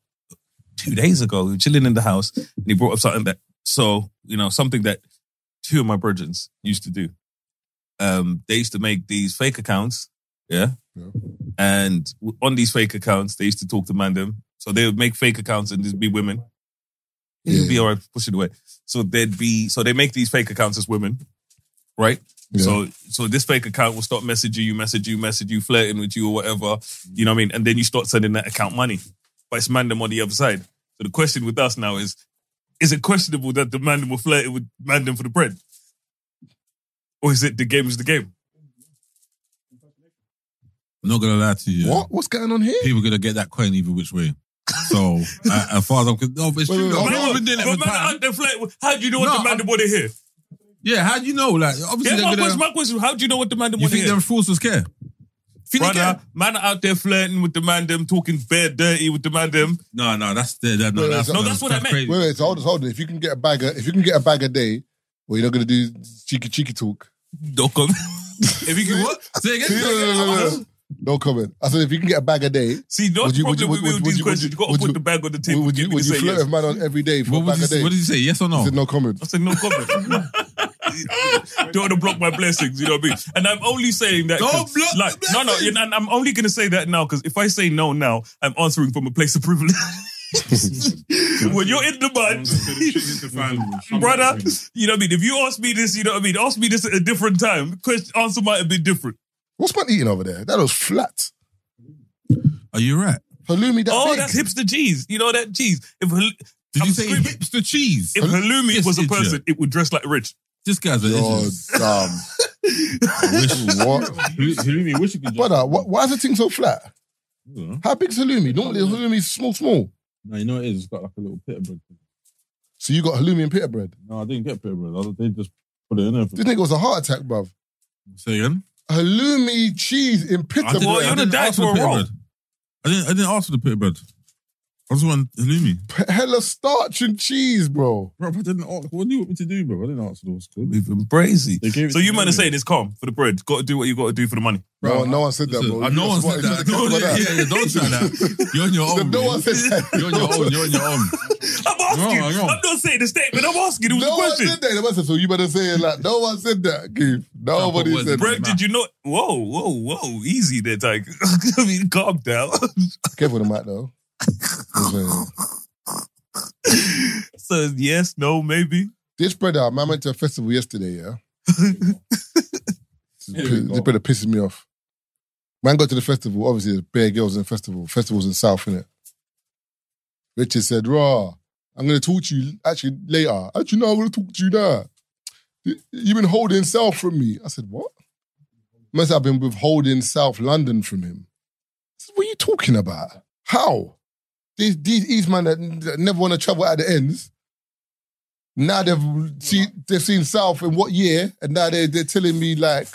E: two days ago. We were chilling in the house and he brought up something that, so, you know, something that two of my brethren used to do. um, they used to make these fake accounts. Yeah.
A: Yeah.
E: And w- on these fake accounts, they used to talk to man them. So they would make fake accounts and just be women. You'd
A: Yeah.
E: be all right, push it away. So they'd be, so they make these fake accounts as women, right?
A: Yeah.
E: So, so this fake account will stop messaging you, message you, message you, flirting with you or whatever. You know what I mean? And then you start sending that account money, but it's man them on the other side. So the question with us now is, is it questionable that the man them will flirt with man them for the bread? Or is it the game is the game?
F: I'm not gonna lie to you.
A: What? What's going on here?
F: People gonna get that coin either which way.
E: [LAUGHS]
F: So I, as far as I'm concerned, no, but it's
A: Wait,
F: true.
A: wait,
F: though.
A: wait.
F: I've been doing it
E: But
F: for
E: man,
F: time.
E: out there flirting with- how do you know what
F: No,
E: the man them want to hear?
F: Yeah, how do you know? Like obviously
E: Yeah, my
F: they're
E: question,
F: gonna.
E: my question, how do you know what the man them
F: You
E: want to
F: think
E: hear?
F: them fraudsters care? Think they
E: Brother,
F: care?
E: man out there flirting with the man them, talking bare dirty with the man them.
F: No, no, that's the, that,
A: No,
F: no, that's
A: no,
E: that's what I meant.
F: crazy.
A: Wait, wait, so hold on, hold on. If you can get a bag, a, if you can get a bag a day, well, you're not gonna do cheeky cheeky talk.
E: Don't [LAUGHS] come.
F: If [LAUGHS] you can what? Say again.
A: No, no, no, no, no. No comment. I said if you can get a bag a day,
E: See, that's
A: Would
E: the
A: you- would
E: problem
A: you-
E: with me
A: would-
E: with
A: would
E: these
A: you- would
E: questions. You
A: you-
E: got to
A: would
E: put
A: you-
E: the bag on the table.
A: would
E: to
A: you
E: get me
A: would
E: to
A: you
E: say
A: flirt
E: yes.
A: with man on every day for
F: What
A: a
F: would
A: bag
F: you
A: a
F: say?
A: day?
F: What did you say? Yes or
A: I
F: no?
A: said no
E: [LAUGHS]
A: comment. [LAUGHS]
E: I said no comment. Don't want to block my blessings, you know what I mean? And I'm only saying that 'cause,
F: Don't block
E: like,
F: the
E: no, no. And I'm only gonna say that now because if I say no now, I'm answering from a place of [LAUGHS] privilege. when you're in the mud, [LAUGHS] brother, you know what I mean. If you ask me this, you know what I mean. Ask me this at a different time. Question answer might have been different.
A: What's man eating over there? That was flat.
F: Are you right?
A: Halloumi that
E: oh,
A: big.
E: that's hipster cheese. You know that cheese. If hal-
F: Did
E: I'm
F: you say
E: screaming.
F: hipster cheese?
E: if halloumi
F: Yes,
E: was a
F: idiot.
E: person, it would dress like rich.
F: This guy's an
A: You're
F: idiot.
A: dumb.
F: [LAUGHS]
A: what?
G: Halloumi, wish you could
A: Brother, wh- why is the thing so flat?
G: No,
A: How big's halloumi? Normally halloumi's small, small.
G: you know what it is. It's got like a little pita bread.
A: So you got halloumi and pita bread.
G: No, I didn't get pita bread. I- They just put it in there. For
A: This nigga was a heart attack, bruv.
F: Say again.
A: Halloumi cheese in pita
F: I didn't-
E: Well, you're
F: I
A: bread.
E: the
F: didn't
E: diet
F: ask for
E: for a
F: pita
E: roll.
F: bread. I didn't. I didn't ask for the pita bread. I just want halloumi.
A: P- Hella starch and cheese, bro.
G: Bro, I didn't ask. What do you want me to do, bro? I didn't ask for what's good.
E: Even crazy.
G: They
F: [LAUGHS]
G: gave it
E: So
G: to
E: you
G: me
E: man are
G: anyway.
E: saying it's calm for the bread. Got to do what you got to do for the money.
A: No, no one said that,
F: Listen,
A: bro.
F: uh,
A: You
F: no
A: got
F: one
A: smart-
F: said
A: you got
F: that. No,
A: smart
F: yeah,
A: about
F: yeah, yeah, don't try
A: [LAUGHS]
F: that. You're on your
A: that.
F: own.
A: No
F: man.
A: one said that.
F: [LAUGHS] You're on your own. You're on your
A: [LAUGHS]
F: own.
E: I'm asking.
F: No, I know.
E: I'm not saying the statement. I'm asking. It was
A: No
E: a
A: one
E: question.
A: said that. They must have- So you better say it like no one said that, Keith. Nobody
F: words
A: said that.
F: in
E: Bread, did you know? Whoa, whoa, whoa. Easy there, Tyke. [LAUGHS] I mean, calm down. [LAUGHS]
A: Careful with the
F: [LAUGHS]
A: mic though.
E: so, yes, no, maybe.
A: This brother, I went to a festival yesterday, yeah. this
G: Here we go.
A: this brother pisses me off. Man got to the festival, obviously there's bare girls in the festival. Festival's in South, innit? Richard said, Raw, I'm gonna talk to you actually later. Actually, no, I'm gonna talk to you now. You- You've been holding South from me. I said, What? Must have been withholding South London from him. I said, what are you talking about? How? These these East man that, that never want to travel at the ends. Now they've seen they've seen South in what year, and now they they're telling me like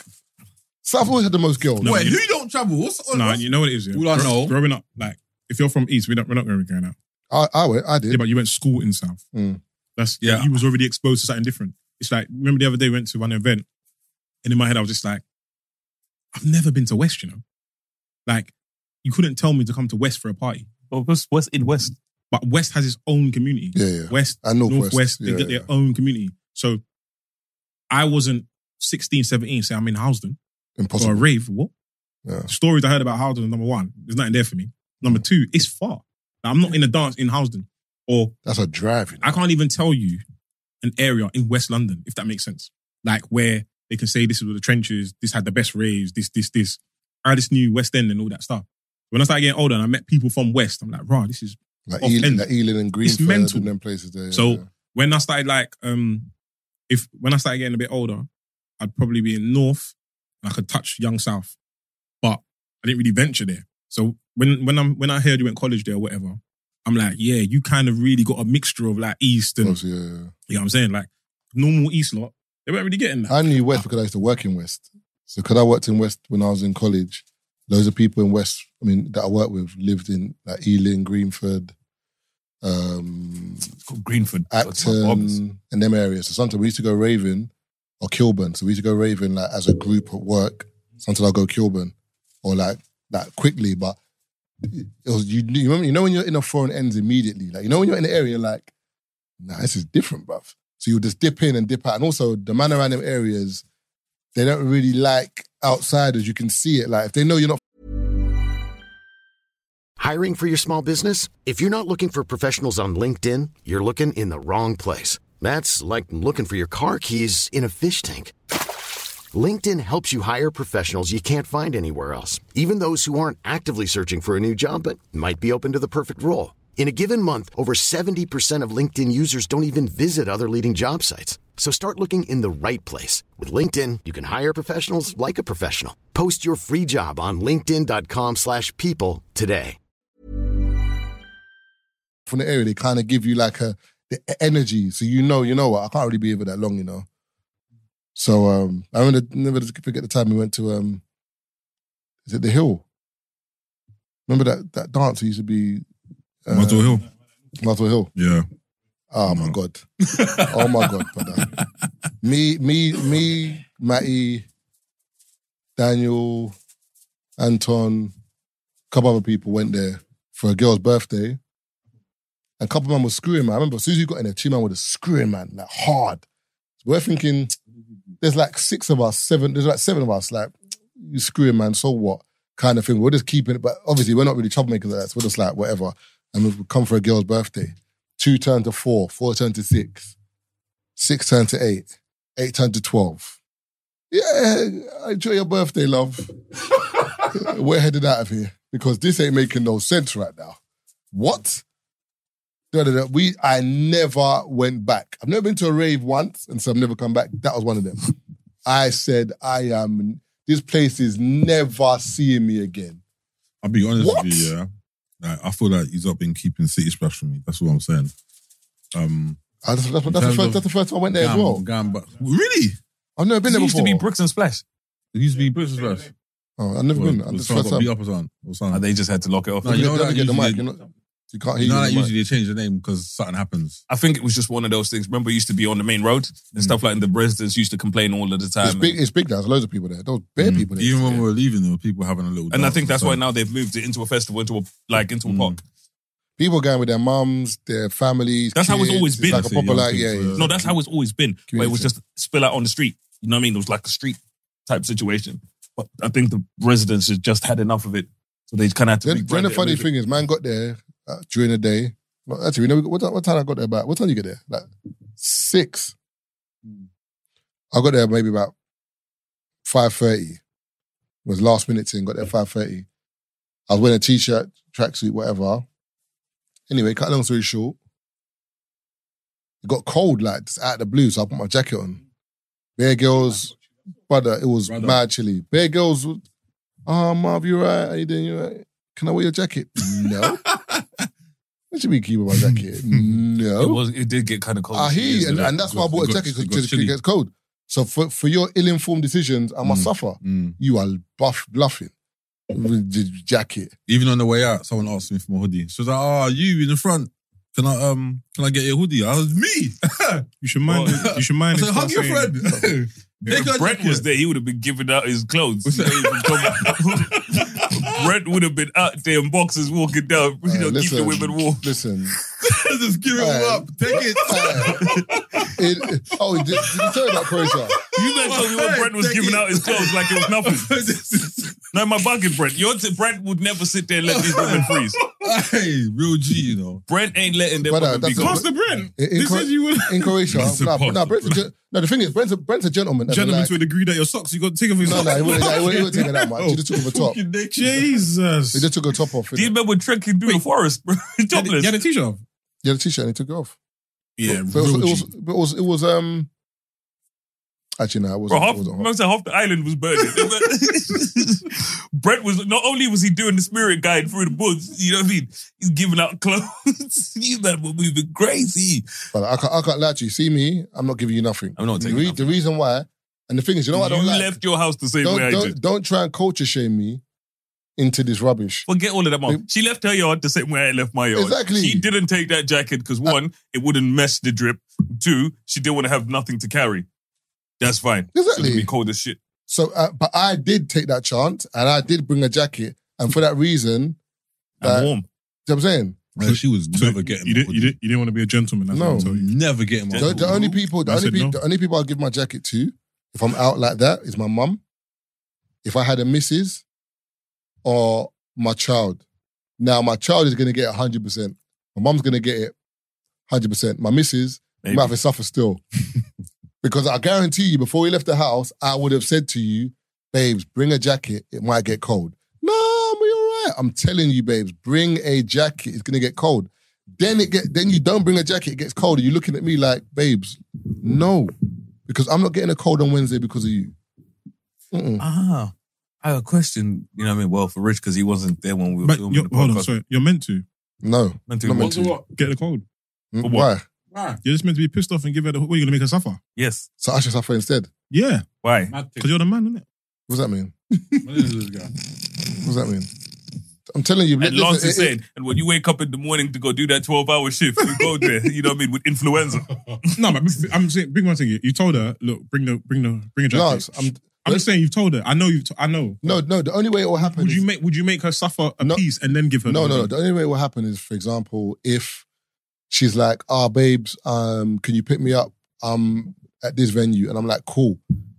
A: South always had the most girls.
F: Wait, who don't travel? What's on?
C: No,
F: what's-
C: you know what it is. Yeah?
F: All I
C: Gro-
F: know-
C: Growing up, like if you're from East, we don't, we're not going to be going out.
A: I I went, I
C: Yeah,
A: did.
C: but you went to school in South.
A: Mm.
C: That's
F: Yeah.
C: yeah. You was already exposed to something different. It's like remember the other day we went to one event, and in my head I was just like, I've never been to West, you know. Like you couldn't tell me to come to West for a party,
E: Oh, what's, what's in West?
C: but West has its own community.
A: Yeah, yeah.
C: West
A: And Northwest.
C: Northwest,
A: Yeah,
C: they get
A: yeah.
C: their own community. So I wasn't 16, 17, say I'm in Housden or a
A: Impossible.
C: rave. What?
A: Yeah.
C: The stories I heard about Housden, number one, there's nothing there for me. Number two, it's far. Like, I'm not in a dance in Housden. Or
A: That's a drive. You know?
C: I can't even tell you an area in West London, if that makes sense. Like where they can say this is where the trenches, this had the best raves, this, this, this. I just knew West End and all that stuff. When I started getting older and I met people from West, I'm like, rah, this is
A: Like
C: off
A: Ealing,
C: end.
A: like Ealing and Greenfield
C: mental.
A: and them places there. yeah,
C: So-
A: yeah.
C: when I started like um if when I started getting a bit older, I'd probably be in North and I could touch Young South. But I didn't really venture there. So when when I'm when I heard you went college there or whatever, I'm like, yeah, you kind of really got a mixture of like East and
A: Obviously, yeah, yeah.
C: you know what I'm saying? Like normal East lot, they weren't really getting that.
A: I knew West because I used to work in West. So because I worked in West when I was in college, loads of people in West, I mean, that I worked with lived in like Ealing, Greenford, um,
E: It's called Greenford. That's my barber's.
A: Acton, and um, them areas. So sometimes we used to go raving or Kilburn. So we used to go raving like as a group at work. Sometimes I'll go Kilburn or like that quickly, but it was, you, you, remember, you know when you're in a foreign ends immediately, like you know when you're in the area, you're like, nah, this is different, bruv. So you'll just dip in and dip out. And also the man around them areas, they don't really like outsiders. You can see it. Like if they know you're not
H: Hiring for your small business? If you're not looking for professionals on LinkedIn, you're looking in the wrong place. That's like looking for your car keys in a fish tank. LinkedIn helps you hire professionals you can't find anywhere else, even those who aren't actively searching for a new job but might be open to the perfect role. In a given month, over 70% of LinkedIn users don't even visit other leading job sites. So start looking in the right place. With LinkedIn, you can hire professionals like a professional. Post your free job on linkedin.com/people slash people today.
A: from the area, they kind of give you like a the e- energy. So you know, you know what, I can't really be here for that long, you know. So um I remember never forget the time we went to um is it the hill? Remember that that dance used to be uh,
F: Muswell Hill.
A: Muswell Hill.
F: Yeah.
A: Oh my god. oh my god, brother. Me, me, me, Matty, Daniel, Anton, a couple other people went there for a girl's birthday. A couple of man was screwing man. I remember as soon as you got in there, two man were just screwing man, like hard. So we're thinking, there's like six of us, seven, there's like seven of us, like, you screwing man, so what? Kind of thing. We're just keeping it, but obviously we're not really troublemakers like that. So we're just like, whatever. And we've come for a girl's birthday. Two turned to four, four turned to six six turned to eight, eight turned to 12. Yeah, enjoy your birthday, love. [LAUGHS] We're headed out of here because this ain't making no sense right now. What? Da, da, da. We, I never went back. I've never been to a rave once, and so I've never come back. That was one of them. I said, I am, this place is never seeing me again.
F: I'll be honest
A: What?
F: with you, yeah. Like, I feel like he's not been keeping City Splash from me. That's what I'm saying. Um,
A: I- Uh, that's, that's- that's the
F: terms
A: first,
F: of-
A: that's the first time I went there as
F: Gam-
A: well.
F: Gamba- really?
A: I've um, never been
E: It
A: there
E: used to
A: before.
E: be Brooks and Splash.
F: It used to be British Splash.
A: oh, I've never
F: Well,
A: been.
F: well,
A: That's the
F: someone
A: first
F: got
A: time.
F: beat up or something. Or something.
E: And they just had to lock it off.
F: No, you know
A: Don't
F: that
A: get the
F: usually-
A: mic. You're not- You can't hear
F: you know
A: you.
F: that
A: in the mic.
F: usually they change the name because something happens.
E: I think it was just one of those things. Remember, it used to be on the main road and stuff like. And the residents used to complain all of the time.
A: It's big. It's big now. There's loads of people there. There was bare people there.
F: Mm, Even when we were leaving, there were people having a little.
E: and I
F: dance
E: think that's why
F: something.
E: now they've moved it into a festival, into a like into a park.
A: people going with their mums, their families.
E: That's how it's
A: kids.
E: always been.
A: Like a
E: It's
F: a
A: proper,
F: young
A: like
F: thing
A: yeah.
F: for-
A: yeah.
E: No, that's how it's always been. But it was
A: Community.
E: just spill out on the street. You know what I mean? It was like a street type situation. But I think the residents had just had enough of it, so they kind of had to.
A: Then, then
E: rebrand
A: the
E: it
A: funny
E: and move it.
A: thing is, man got there uh, during the day. Well, actually, we know we got- what, time- what time I got there. About what time you get there? Like six. I got there maybe about five thirty. Was last minute thing. Got there five thirty. I was wearing a t-shirt, tracksuit, whatever. Anyway, cut a long story short, it got cold like just out of the blue, so I put my jacket on. Bear girls, brother, it was
F: Brother.
A: mad chilly. Bear girls, oh Marv, you right? How you doing? You right? Can I wear your jacket?
F: [LAUGHS]
A: No. What should we keep my jacket?
E: It
A: no.
E: was. It did get kind of cold.
A: I hear you, Ah, and, and that's why I
F: It
A: bought a
F: got-
A: jacket
F: it got
A: because it
F: chilly.
A: gets cold. So for, for your ill-informed decisions, I must
F: Mm.
A: suffer.
F: Mm.
A: You are buff, bluffing. With the jacket.
F: Even on the way out, someone asked me for my hoodie. She was like, "Oh, you in the front? Can I um? Can I get your hoodie?" I was me. [LAUGHS]
C: You should mind.
F: Well,
C: it. You should mind. [LAUGHS]
F: I
C: it.
F: said, "Hug
C: Start
F: your
C: saying-
F: friend." [LAUGHS] Take your
E: If Brett
F: jacket.
E: was there, he would have been giving out his clothes. You know, even
F: [LAUGHS]
E: from- Brett would have been out there in boxes walking down, you
A: Uh,
E: know, keep the women warm.
A: Listen.
F: Just give it
A: Hey.
F: up. Take it.
A: Uh, [LAUGHS] it, oh, did, did you tell you about Croatia?
E: You guys told me when Brett was
F: Take
E: giving
F: it.
E: out his clothes like it was nothing.
A: [LAUGHS]
E: No, my bucket, Brett. Your t- Brett would never sit there and let these women freeze.
F: hey, real G, you know.
E: Brent ain't letting them
A: Brother,
E: women be
A: uh, that's a-
E: gone.
A: Cost
C: Pastor Brent.
A: In, in
C: They
A: Cro-
C: said [LAUGHS] you were
A: in Croatia.
F: That's
A: Nah,
F: impossible,
A: nah, Brent's a, gen- no, the thing is, Brent's a, Brent's a gentleman. and
C: gentlemen
A: like-
C: to a degree that your socks you got to take off your
A: No,
C: socks.
A: no, he wouldn't, he wouldn't, he wouldn't take it that much. He just took off the top. He
C: Jesus.
A: just took her top off.
E: These
A: innit?
E: men were trekking through the forest, bro. [LAUGHS]
C: Yeah, the-
E: Topless.
C: yeah, the t-shirt. off.
A: He had a t-shirt and he took it off. But it
F: Yeah,
A: was,
F: real
A: it was,
F: G.
A: but it was, it was, um, actually, no, it
E: Bro,
A: wasn't.
E: half,
A: it wasn't
E: man said half the island was burning. [LAUGHS] Brett was not only was he doing the spirit guide through the woods, you know what I mean? He's giving out [LAUGHS] clothes. you men were moving crazy.
A: But I can't, I can't lie to you. See me, I'm not giving you nothing.
E: I'm not
A: The,
E: taking
A: re-
E: nothing.
A: the reason why, and the thing is, you know what I
E: you
A: don't like?
E: left your house the same way
A: Don't,
E: I
A: don't,
E: did.
A: don't try and culture shame me into this rubbish.
E: Forget all of that, mom. She left her yard the same way I left my yard.
A: Exactly. Uh,
E: She didn't take that jacket because one, it wouldn't mess the drip. Two, she didn't want to have nothing to carry. That's fine. It's gonna
A: Exactly.
E: be cold as shit.
A: So, uh, but I did take that chance and I did bring a jacket. And for that reason,
E: And
A: Uh,
E: warm.
A: do you know what I'm saying?
F: Man, she was
C: So
F: never getting
C: you,
F: my
C: didn't, you,
F: hoodie.
C: didn't, you didn't want to be a gentleman. That's
A: No.
C: what I'm telling you.
F: Never getting my
A: The, the
F: hoodie.
A: only people, the
C: I
A: only
C: said
A: people,
C: no.
A: the only people I give my jacket to If I'm out like that, it's my mum. If I had a missus or my child. Now, my child is going to get 100%. My mum's going to get it 100%. My missus
E: Maybe.
A: might have to suffer
C: [LAUGHS]
A: still. because I guarantee you, before we left the house, I would have said to you, babes, bring a jacket. It might get cold. No, I'm all right. I'm telling you, babes, bring a jacket. It's going to get cold. Then it get then you don't bring a jacket, it gets cold. And you're looking at me like, babes, no. Because I'm not getting a cold on Wednesday because of you. Mm-mm.
E: Ah, I have a question. You know what I mean? Well, for Rich because he wasn't there when we were
C: But
E: filming
C: you're,
E: the
C: hold on,
E: podcast.
C: sorry. You're meant to
A: No.
E: Meant to-
A: Not meant
E: meant
A: to.
E: to-
C: get the cold.
A: Mm,
E: what?
A: Why?
C: You're just meant to be pissed off and give her the. What, you're going to make her suffer?
E: Yes.
A: So I should suffer instead.
C: Yeah,
E: Why?
C: because you're the man, innit?
A: What does that mean? What does that mean? I'm telling you.
E: And
A: listen,
E: Lance
A: it-
E: is
A: it-
E: saying, and when you wake up in the morning to go do that 12 hour shift, you go there, you know what I mean, with influenza.
C: [LAUGHS] No, but I'm saying, big one thing. You told her, look, bring the, bring the, bring a jacket.
A: Lance, I'm,
C: I'm just saying, you've told her. I know you've. T- I know.
A: no, no. The only way it will happen.
C: Would
A: is-
C: you make? Would you make her suffer a
A: No.
C: piece and then give her?
A: No,
C: the
A: no, no.
C: money?
A: The only way it will happen is, for example, if she's like, "Ah, babes, um, can you pick me up? I'm at this venue," and I'm like, "Cool."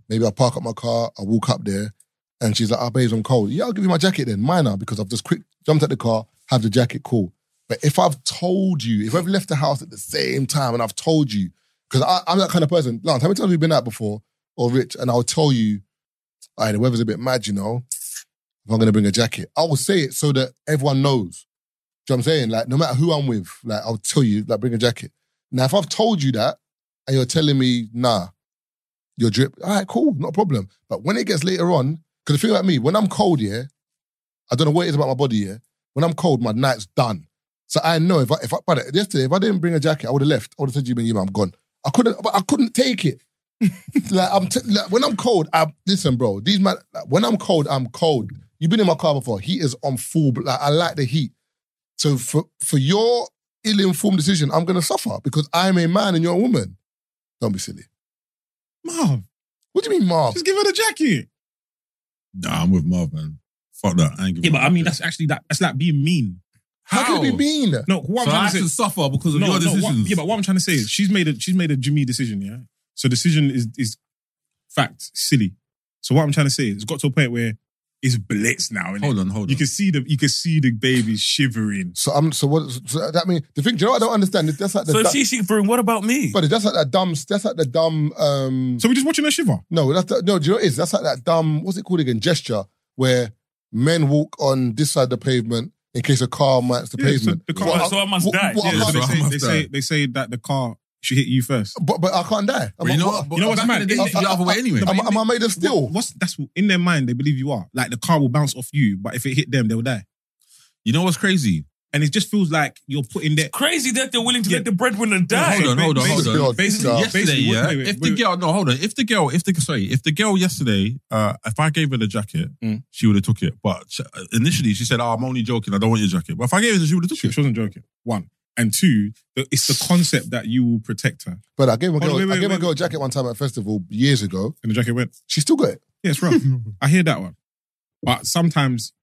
A: Maybe I park up my car. I walk up there, and she's like, "Ah, babes, I'm cold." Yeah, I'll give you my jacket then, minor, because I've just quick jumped at the car, have the jacket, cool. But if I've told you, if I've left the house at the same time, and I've told you, because I'm that kind of person. Lance, how many times have you been out before, or Rich? And I'll tell you, all right, the weather's a bit mad, you know. If I'm gonna bring a jacket, I will say it so that everyone knows. Do you know what I'm saying? Like, no matter who I'm with, like, I'll tell you, like, bring a jacket. Now, if I've told you that and you're telling me, nah, you're drip, all right, cool, not a problem. But when it gets later on, because the thing about me, when I'm cold, yeah, I don't know what it is about my body, yeah, when I'm cold, my night's done. So I know if I, if I, but yesterday, if I didn't bring a jacket, I would have left. I would have said, you mean, you man, I'm gone. I couldn't, but I couldn't take it. like, I'm, t- like, when I'm cold, I, listen, bro, these man, like, when I'm cold, I'm cold. You've been in my car before. Heat is on full, but like, I like the heat. So for for your ill-informed decision, I'm gonna suffer because I'm a man and you're a woman. Don't be silly.
C: Marv,
A: What do you mean, Marv?
C: just give her the jacket.
F: Nah, I'm with Marv, man. Fuck that. I ain't giving
C: Yeah, but
F: her
C: I mean,
F: that.
C: that's actually that. That's like being mean.
A: How, can it be mean?
C: No, what
F: So
C: I'm
F: I
C: trying to
F: should
C: say.
F: suffer because of
C: No,
F: your
C: no,
F: decisions.
C: what, yeah, but what I'm trying to say is she's made a she's made a Jimmy decision. Yeah, so decision is is fact silly. So what I'm trying to say is it's got to a point where it's blitz now. innit?
F: hold on, hold on.
C: You can see the you can see the baby shivering.
A: So I'm so what so that mean the thing, do you know what I don't understand? That's like the
E: So
A: du-
E: if she's shivering, what about me?
A: buddy, that's like that dumb that's like the dumb um
C: So we're just watching her shiver.
A: no, that's the, no, do you know what it is? That's like that dumb, what's it called again? Gesture where men walk on this side of the pavement in case a car marks the
C: Yeah, so
A: pavement.
C: the car-
A: What
E: so I must
A: what-
E: die.
A: what I
C: Yeah, so
A: can't-
C: they,
F: so
C: say,
F: I'm
C: they
F: after.
C: say they say that the car should hit you first.
A: uh, but, but I can't die.
F: But you know what?
A: am,
F: But
C: You know what's
F: back
C: mad?
F: in the day,
C: I-
F: you the other way anyway.
A: I, am I made of steel?
C: What- what's that's in their mind? They believe you are like the car will bounce off you, but if it hit them, they'll die.
F: You know what's crazy?
C: And it just feels like you're putting their
E: Crazy that they're willing to
C: Yeah.
E: let the breadwinner die.
F: Hold on, hold on, hold on.
A: God,
C: basically,
A: God.
F: yesterday,
C: basically,
F: yeah.
C: wait, wait,
F: if
C: wait.
F: the girl, no, hold on. If the girl, if the sorry, if the girl yesterday, uh, if I gave her the jacket,
C: Mm.
F: she would have took it. But she, initially, she said, "Oh, I'm only joking. I don't want your jacket." But if I gave her, she would have took
C: She,
F: it.
C: she wasn't joking. One and two, the- it's the concept that you will protect her,
A: But I gave my
C: Hold on,
A: girl,
C: wait,
A: I
C: wait,
A: gave my
C: wait.
A: girl a jacket one time at a festival years ago.
C: and the jacket went.
A: She still got it.
C: Yeah, it's rough. I hear that one, but sometimes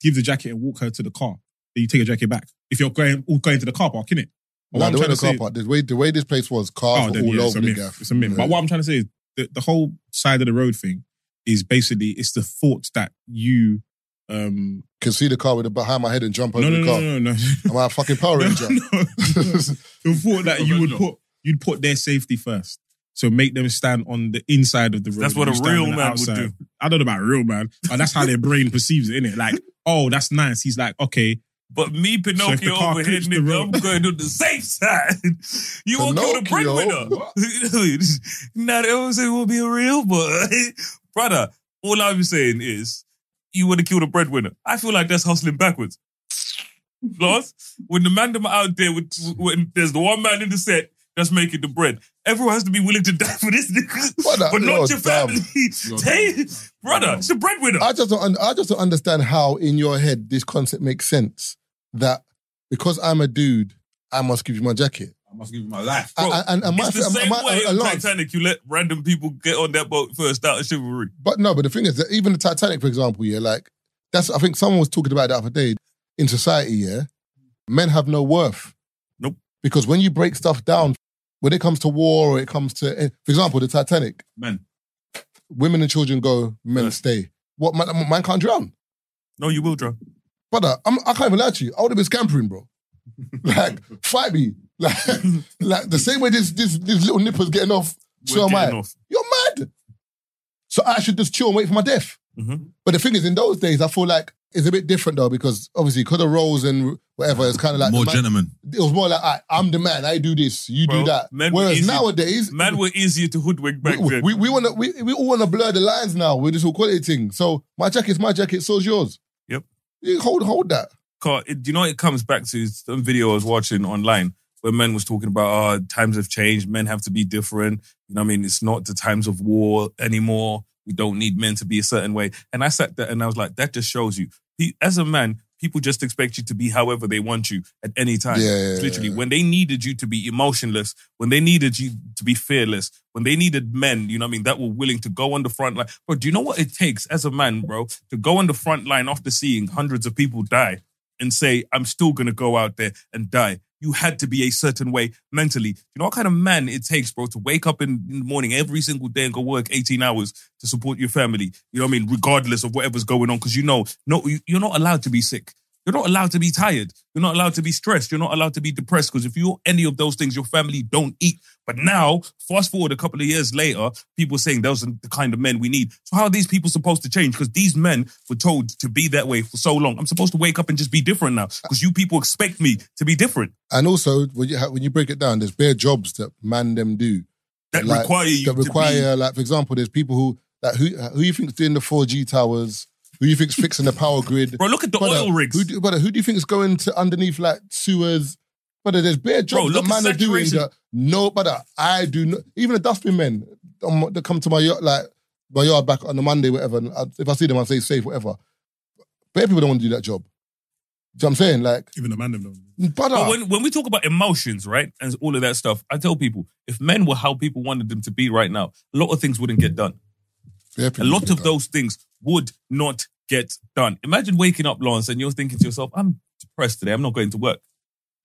C: give the jacket and walk her to the car. Then you take a jacket back if you're going all going to the car park, innit? But
A: Nah,
C: what I'm
A: the way
C: trying
A: the
C: to
A: car
C: say- oh,
A: park, the way the way this place was, cars were
C: then,
A: all
C: yeah, it's
A: over
C: a
A: the
C: myth.
A: gaff.
C: It's a myth.
A: Yeah.
C: But what I'm trying to say is the, the whole side of the road thing is basically it's the thoughts that you um
A: Can see the car with the behind my head and jump over
C: no no
A: the
C: no
A: car.
C: no no, no.
A: Am I a fucking Power
C: [LAUGHS] No,
A: Ranger?
C: no.
A: [LAUGHS]
C: the thought that you would put you'd put their safety first. So make them stand on the inside of the road.
E: That's what
C: you
E: a
C: stand
E: real
C: on the
E: man would
C: outside.
E: do.
C: I don't know about real man, but that's how their brain perceives it, innit? Like, oh, that's nice. He's like, okay,
E: But me,
C: So if the
E: Pinocchio,
C: car
E: over here,
C: creeps the
E: nigga, I'm
C: road-
E: going to the safe [LAUGHS] side. You won't kill the
A: Pinocchio?
E: breadwinner. [LAUGHS] Not everyone say will be a real, but [LAUGHS] brother, all I'm saying is you want to kill the breadwinner. I feel like that's hustling backwards. Lars, when the man them are out there, with, when there's the one man in the set that's making the bread, everyone has to be willing to [LAUGHS] die for this nigga,
A: Brother,
E: but not
A: Lord,
E: your
A: damn.
E: family. [LAUGHS] Hey, brother, it's a breadwinner.
A: I just don't. un- I just don't understand how in your head this concept makes sense. That because I'm a dude, I must give you my jacket.
F: I must give you my life.
E: Bro,
A: I, and and my,
E: it's the
A: and
E: same
A: my-
E: way
A: and
E: in
A: Lance-
E: Titanic. You let random people get on that boat first out of chivalry.
A: But no, but the thing is that even the Titanic, for example, yeah, like that's I think someone was talking about it the other day in society, yeah. Men have no worth.
E: Nope.
A: Because when you eh, break stuff down, when it comes to war or it comes to for example, the Titanic.
F: Men.
A: women and children go, men
E: Yeah.
A: stay. What man, man can't drown,
E: No, you will drown.
A: brother. I'm, I can't even lie to you. I would have been scampering,
E: [LAUGHS]
A: bro. Like fight me, like like the same way this this this little nipper's getting off. so
E: We're
A: am I.
E: getting off.
A: You're mad. So I should just chill and wait for my death.
E: Mhm.
A: But the thing is, in those days, I feel like it's a bit different though because obviously because of roles and whatever, it's kind of like
F: More
A: the man-
F: gentlemen.
A: it was more like I, I'm the man. I do this, you
E: Well,
A: do that.
E: men were
A: Whereas
E: easy-
A: nowadays,
E: Man were easier to hoodwink back
A: we,
E: then.
A: we, we wanna we, we all wanna blur the lines now with this whole quality thing. So my jacket's my jacket, so's yours.
E: Yep.
A: You hold hold that.
E: Car- it- do you know what it comes back to? Some video I was watching online where men was talking about, oh, times have changed. Men have to be different. You know what I mean? It's not the times of war anymore. We don't need men to be a certain way. And I sat there and I was like, that just shows you. He, as a man, people just expect you to be however they want you at any time.
A: Yeah, yeah,
E: It's literally
A: yeah.
E: when they needed you to be emotionless, when they needed you to be fearless, when they needed men, you know what I mean, that were willing to go on the front line. Bro, do you know what it takes as a man, bro, to go on the front line after seeing hundreds of people die and say, I'm still gonna go out there and die? You had to be a certain way mentally. Do You know what kind of man it takes, bro, to wake up in, in the morning every single day and go work 18 hours to support your family. You know what I mean? Regardless of whatever's going on, because you know, no, you- you're not allowed to be sick. You're not allowed to be tired. You're not allowed to be stressed. You're not allowed to be depressed because if you're any of those things, your family don't eat. But now, fast forward a couple of years later, people saying those are the kind of men we need. So how are these people supposed to change? Because these men were told to be that way for so long. I'm supposed to wake up and just be different now because you people expect me to be different.
A: And also when you ha- when you break it down, there's bare jobs that man them do.
E: That
A: Like,
E: require you
A: that
E: to
A: require like for example, there's people who like who who you think's doing the four G towers, who you think's fixing the power grid.
E: be. Bro, look at the
A: Brother,
E: oil rigs.
A: Who do, brother, who do you think is going to underneath like sewers? Brother, there's bare jobs
E: look
A: that
E: at
A: man are doing
E: saturation.
A: that no, brother, I do not. Even the dustbin men um, that come to my yard, like my yard back on a Monday, whatever. And I, if I see them, I say safe, whatever. Bare people don't want to do that job. Do you know what I'm saying? Like,
C: Even a man them though.
A: brother,
E: But when, when we talk about emotions, right, and all of that stuff, I tell people if men were how people wanted them to be right now, a lot of things wouldn't get done.
A: bare
E: A
A: people
E: lot
A: do
E: of
A: that.
E: those things would not get done. Imagine waking up, Lawrence, and you're thinking to yourself, I'm depressed today. I'm not going to work.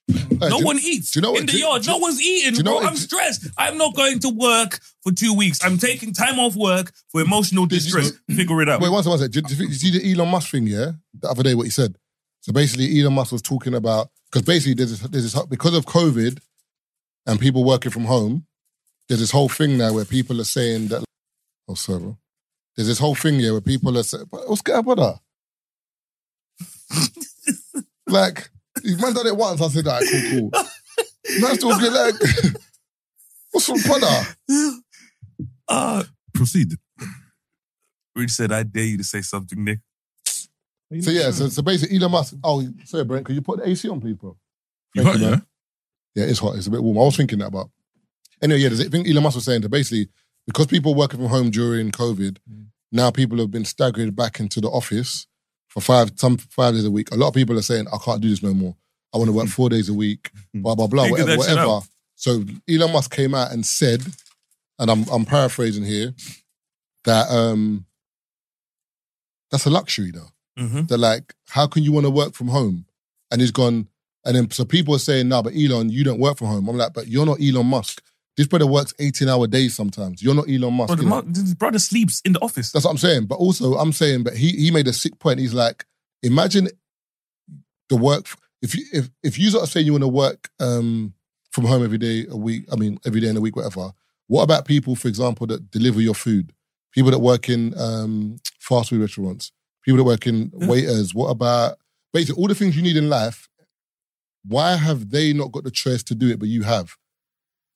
A: Hey,
E: No
A: do-
E: one eats.
A: do you know what-
E: In the
A: do-
E: yard,
A: do-
E: no one's eating.
A: do you know
E: bro.
A: what-
E: I'm stressed. I'm not going to work for two weeks. I'm taking time off work for emotional
A: Did you-
E: distress. Figure it out.
A: Wait, one second, one second. Did you, did you see the Elon Musk thing? Yeah, the other day, what he said. So basically, Elon Musk was talking about because basically there's this, there's this because of COVID and people working from home. There's this whole thing now where people are saying that. Oh, sorry. bro. There's this whole thing here where people are saying, "But "What's going on, brother?" like, if man done it once, I said, "All right, cool,
E: [LAUGHS]
A: cool." Man's talking like, [LAUGHS] "What's wrong, brother?"
E: [LAUGHS] Uh,
F: Proceed.
E: Rich said, I dare you to say something, Nick.
A: So yeah, so, so basically Elon Musk. Oh, sorry, Brent, could you put the AC on, please, bro?
F: You
A: Thank
F: hot,
A: man.
E: eh?
F: yeah?
A: Yeah, it's hot. It's a bit warm. I was thinking that about. Anyway, yeah, there's a thing Elon Musk was saying that basically because people were working from home during COVID, now people have been staggered back into the office for five some five days a week. A lot of people are saying, I can't do this no more. I want to work four days a
E: [LAUGHS]
A: week, blah, blah, blah,
E: Figure
A: whatever,
E: that shit
A: whatever.
E: out.
A: So Elon Musk came out and said, and I'm I'm paraphrasing here, that um that's a luxury though.
E: Mm-hmm.
A: They're like, how can you want to work from home? And he's gone, and then so people are saying, no, but Elon, you don't work from home. I'm like, but you're not Elon Musk. This brother works 18 hour days sometimes. You're not Elon Musk.
E: Brother,
A: you know?
E: Mar- this brother sleeps in the office.
A: That's what I'm saying. But also, I'm saying, but he he made a sick point. He's like, imagine the work if you if if you sort of saying you want to work um from home every day a week. I mean, every day in a week, whatever. What about people, for example, that deliver your food? People that work in um, fast food restaurants. People that work in waiters. What about basically all the things you need in life? Why have they not got the choice to do it, but you have?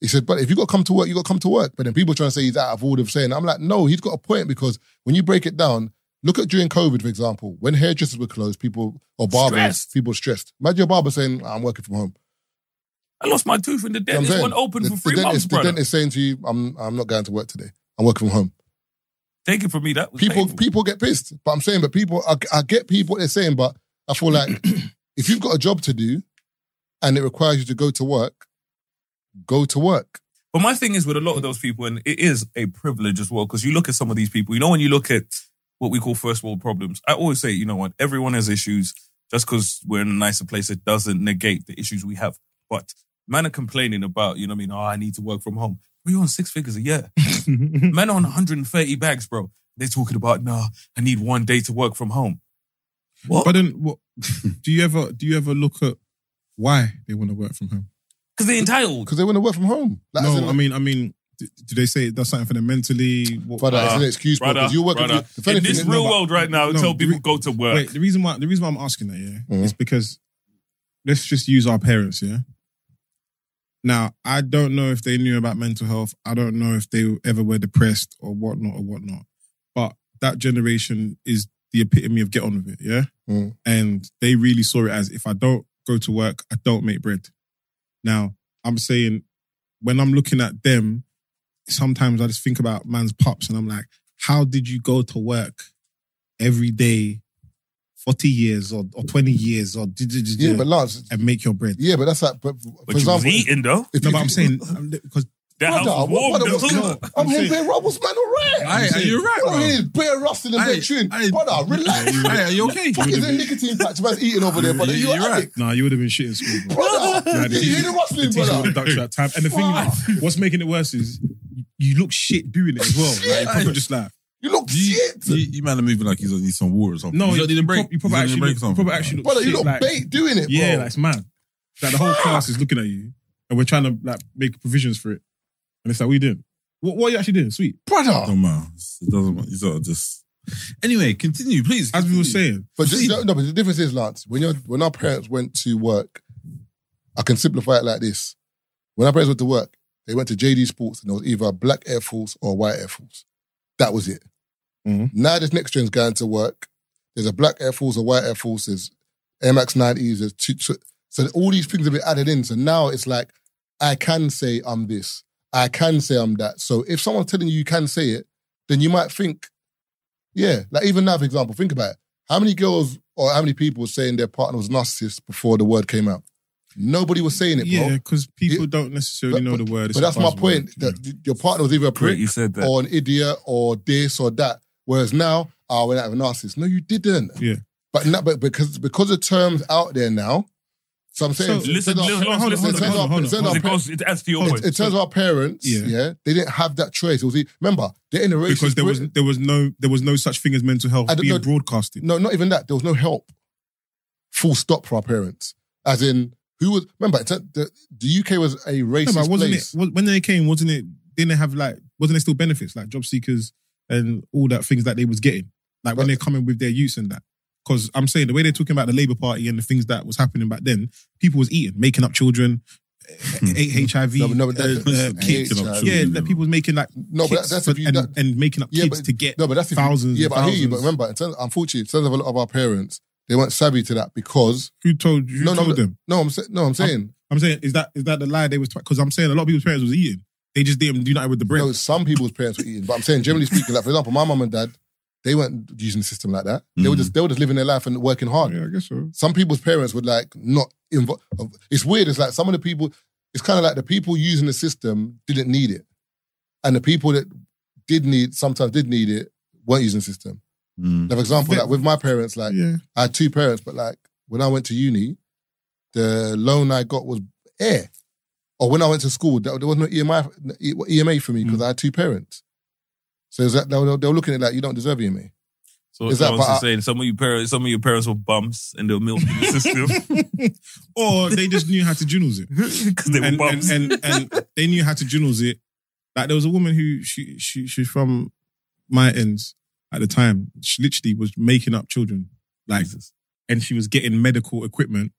A: He said, but if you got to come to work, you got to come to work. But then people trying to say he's out of order of saying, I'm like, no, he's got a point because when you break it down, look at during COVID, for example, when hairdressers were closed, people or barbers,
E: Stressed.
A: people were stressed. Imagine your barber saying, I'm working from home.
E: I lost my tooth in the
A: You know what I'm
E: dentist.
A: saying?
E: One open
A: the,
E: for
A: the
E: three months,
A: dentist, the
E: brother.
A: dentist saying to you, I'm, I'm not going to work today. I'm working from home.
E: Take it from me. That was
A: People,
E: painful.
A: people get pissed. But I'm saying, but people, I, I get people what they're saying, but I feel like [CLEARS THROAT] if you've got a job to do and it requires you to go to work, go to work.
E: But my thing is with a lot of those people, and it is a privilege as well, because you look at some of these people, you know, when you look at what we call first world problems, I always say, you know what, everyone has issues. Just because we're in a nicer place, it doesn't negate the issues we have. But man are complaining about, you know what I mean, oh, I need to work from home. Bro, you're on six figures a year. Man on 130 bags, bro. They're talking about, nah, I need one day to work from home. What?
C: But then, what, do you ever do you ever look at why they want to work from home?
E: Because they're entitled.
A: because they want to work from home. Like, as in,
C: No, I
A: like,
C: mean, I mean, do, do they say that's something for them mentally? What,
A: brother, it's an excuse, bro. Because
E: Brother,
A: you work
E: brother.
A: if
E: in
A: anything,
E: this
A: no,
E: real
A: but-
E: world right now,
C: No,
E: tell
C: the
E: people
C: re-
E: go to work.
C: Wait, the reason why the reason why I'm asking that, yeah,
A: Mhm.
C: is because let's just use our parents, yeah. Now, I don't know if they knew about mental health. I don't know if they ever were depressed or whatnot or whatnot. But that generation is the epitome of get on with it, yeah?
A: Mm.
C: And they really saw it as if I don't go to work, I don't make bread. Now, I'm saying when I'm looking at them, sometimes I just think about man's pops and I'm like, how did you go to work every day, 40 years or, or 20 years or did you
A: Yeah, but Lance,
C: and make your bread?
A: yeah, but that's like, but, for
E: but you was
A: example,
E: eating, though.
A: if
C: No,
A: you- [LAUGHS]
C: but I'm saying um, because
E: That house
A: Brother,
E: was
A: what-
E: warm,
A: what-
E: though.
A: what's going on? I'm
C: I'm
A: hearing
C: saying-
A: Bear Robles, man, all right.
F: Aye, are you right,
A: What
F: bro?
A: I'm hearing is Bear rustle and
F: Aye,
A: Bear chewing.
F: aye.
A: Brother, relax.
F: Hey, are you okay?
A: Fuck is the nicotine patch man's eating over there, brother? You
F: You're right.
A: right.
C: nah, you would have been shit in school, bro.
A: Brother,
C: Nah, the
A: you hear
C: teacher-
A: the rustling,
C: teacher would
A: brother?
C: have ducked you that time. And the thing, is, what's making it worse is you look shit doing it as well. Like, you're probably just like
A: You look
F: You, you,
A: shit.
F: you man are moving like he's gonna need some water or something.
C: no,
F: he's
C: you,
F: gonna need a
C: you
F: break.
C: prob- you probably
F: he's gonna
C: actually
F: need a break
C: look,
F: or
C: you
F: something.
C: probably actually look
A: Brother,
C: shit,
A: you look
C: like-
A: bait doing it, bro.
C: Yeah, like it's mad. Like the whole class is looking at you, and we're trying to like make provisions for it, and it's like, what are you doing? What, what are you actually doing? Sweet.
A: brother.
F: Don't matter. It doesn't matter. You sort of just. Anyway, continue, please.
C: As we were
F: continue.
C: saying,
A: But the, no, but the difference is, Lance, when your when our parents went to work, I can simplify it like this: when our parents went to work, they went to JD Sports, and there was either a black Air Force or a white Air Force. That was it.
C: Mhm.
A: Now this next gen's going to work. There's a black Air Force, a white Air Force, there's Air Max 90s, there's two, two, so all these things have been added in. So now it's like I can say I'm this, I can say I'm that. So if someone's telling you you can say it, then you might think, yeah, like even now, for example, think about it. How many girls or how many people were saying their partner was narcissist before the word came out? Nobody was saying it, bro.
C: yeah, because people
A: It-
C: don't necessarily
A: but-
C: know the word. It's Mm.
A: but that's
C: a
A: my
C: buzzword,
A: point.
C: you know.
A: That your partner was either a prick
E: Great, you said that.
A: or an idiot or this or that. Whereas now, ah, I went out with a narcissist. No, you didn't.
C: Yeah.
A: But not, but because because the terms out there now. So I'm saying,
C: So,
E: Listen,
A: it turns
E: listen,
A: out-
E: listen,
A: it turns
E: listen,
A: out-
C: hold on,
A: it turns
C: hold
A: out-
C: on.
E: It goes, it adds to your
A: it-
E: point.
A: it
E: [LAUGHS]
A: turns out our parents,
C: Yeah.
A: yeah. they didn't have that choice. It was e- remember the generation
C: because there was there was no there was no such thing as mental health
A: I don't
C: being
A: know-
C: broadcasted.
A: No, not even that. There was no help. Full stop for our parents. As in, who was remember it's a- the, the UK was a
C: No,
A: racist
C: but wasn't
A: place.
C: it wa- when they came? Wasn't it? Didn't they have like? Wasn't there still benefits like job seekers and all that things that they was getting? Like when
A: But-
C: they're coming with their use and that. Because I'm saying the way they're talking about the Labour Party and the things that was happening back then, people was eating, making up children, eh, ate HIV,
A: No, but- no, but
C: uh,
A: that's-
C: uh,
A: that's
C: kids.
A: making up
C: Yeah,
F: children,
C: that
F: you
C: people was making like
A: No, but
C: kids
A: that's
C: for-
A: if you-
C: and,
A: that-
C: and making up
A: Yeah,
C: kids
A: but-
C: to get
A: No, but that's if you-
C: thousands.
A: yeah,
C: and
A: but I hear you. But
C: thousands.
A: remember, in terms, unfortunately, in terms of a lot of our parents, they weren't savvy to that because
C: who told you?
A: no, no,
C: told them?
A: no. I'm sa- no, I'm saying
C: I'm saying is that is that the lie they was because I'm saying a lot of people's parents was eating. They just didn't do that with the bread.
A: no. Some people's parents were eating, but I'm saying generally speaking, like for example, my mum and dad, they weren't using the system like that. They were just they were just living their life and working hard.
C: Mm. yeah, I guess so.
A: some people's parents would like not involve. It's weird. It's like some of the people. It's kind of like the people using the system didn't need it, and the people that did need sometimes did need it weren't using the system.
F: Mm.
A: Now, for example,
C: Yeah.
A: like with my parents, like
C: Yeah.
A: I had two parents, but like when I went to uni, the loan I got was air. Or when I went to school, there there was no EMI, EMA for me
C: Mm.
A: because I had two parents. So is that, they, were, they were looking at it like you don't deserve E EMA.
E: So
A: Is
E: is
A: that
E: that what
A: part-
E: I'm saying? Some of your parents, some of your parents were bums and they were [LAUGHS] milking the system
C: or they just knew how to journals it.
E: because they were
C: And, and,
E: bums.
C: and, and they knew how to journals it. Like there was a woman who she she she's from my ends at the time. She literally was making up children. Like and she was getting medical equipment.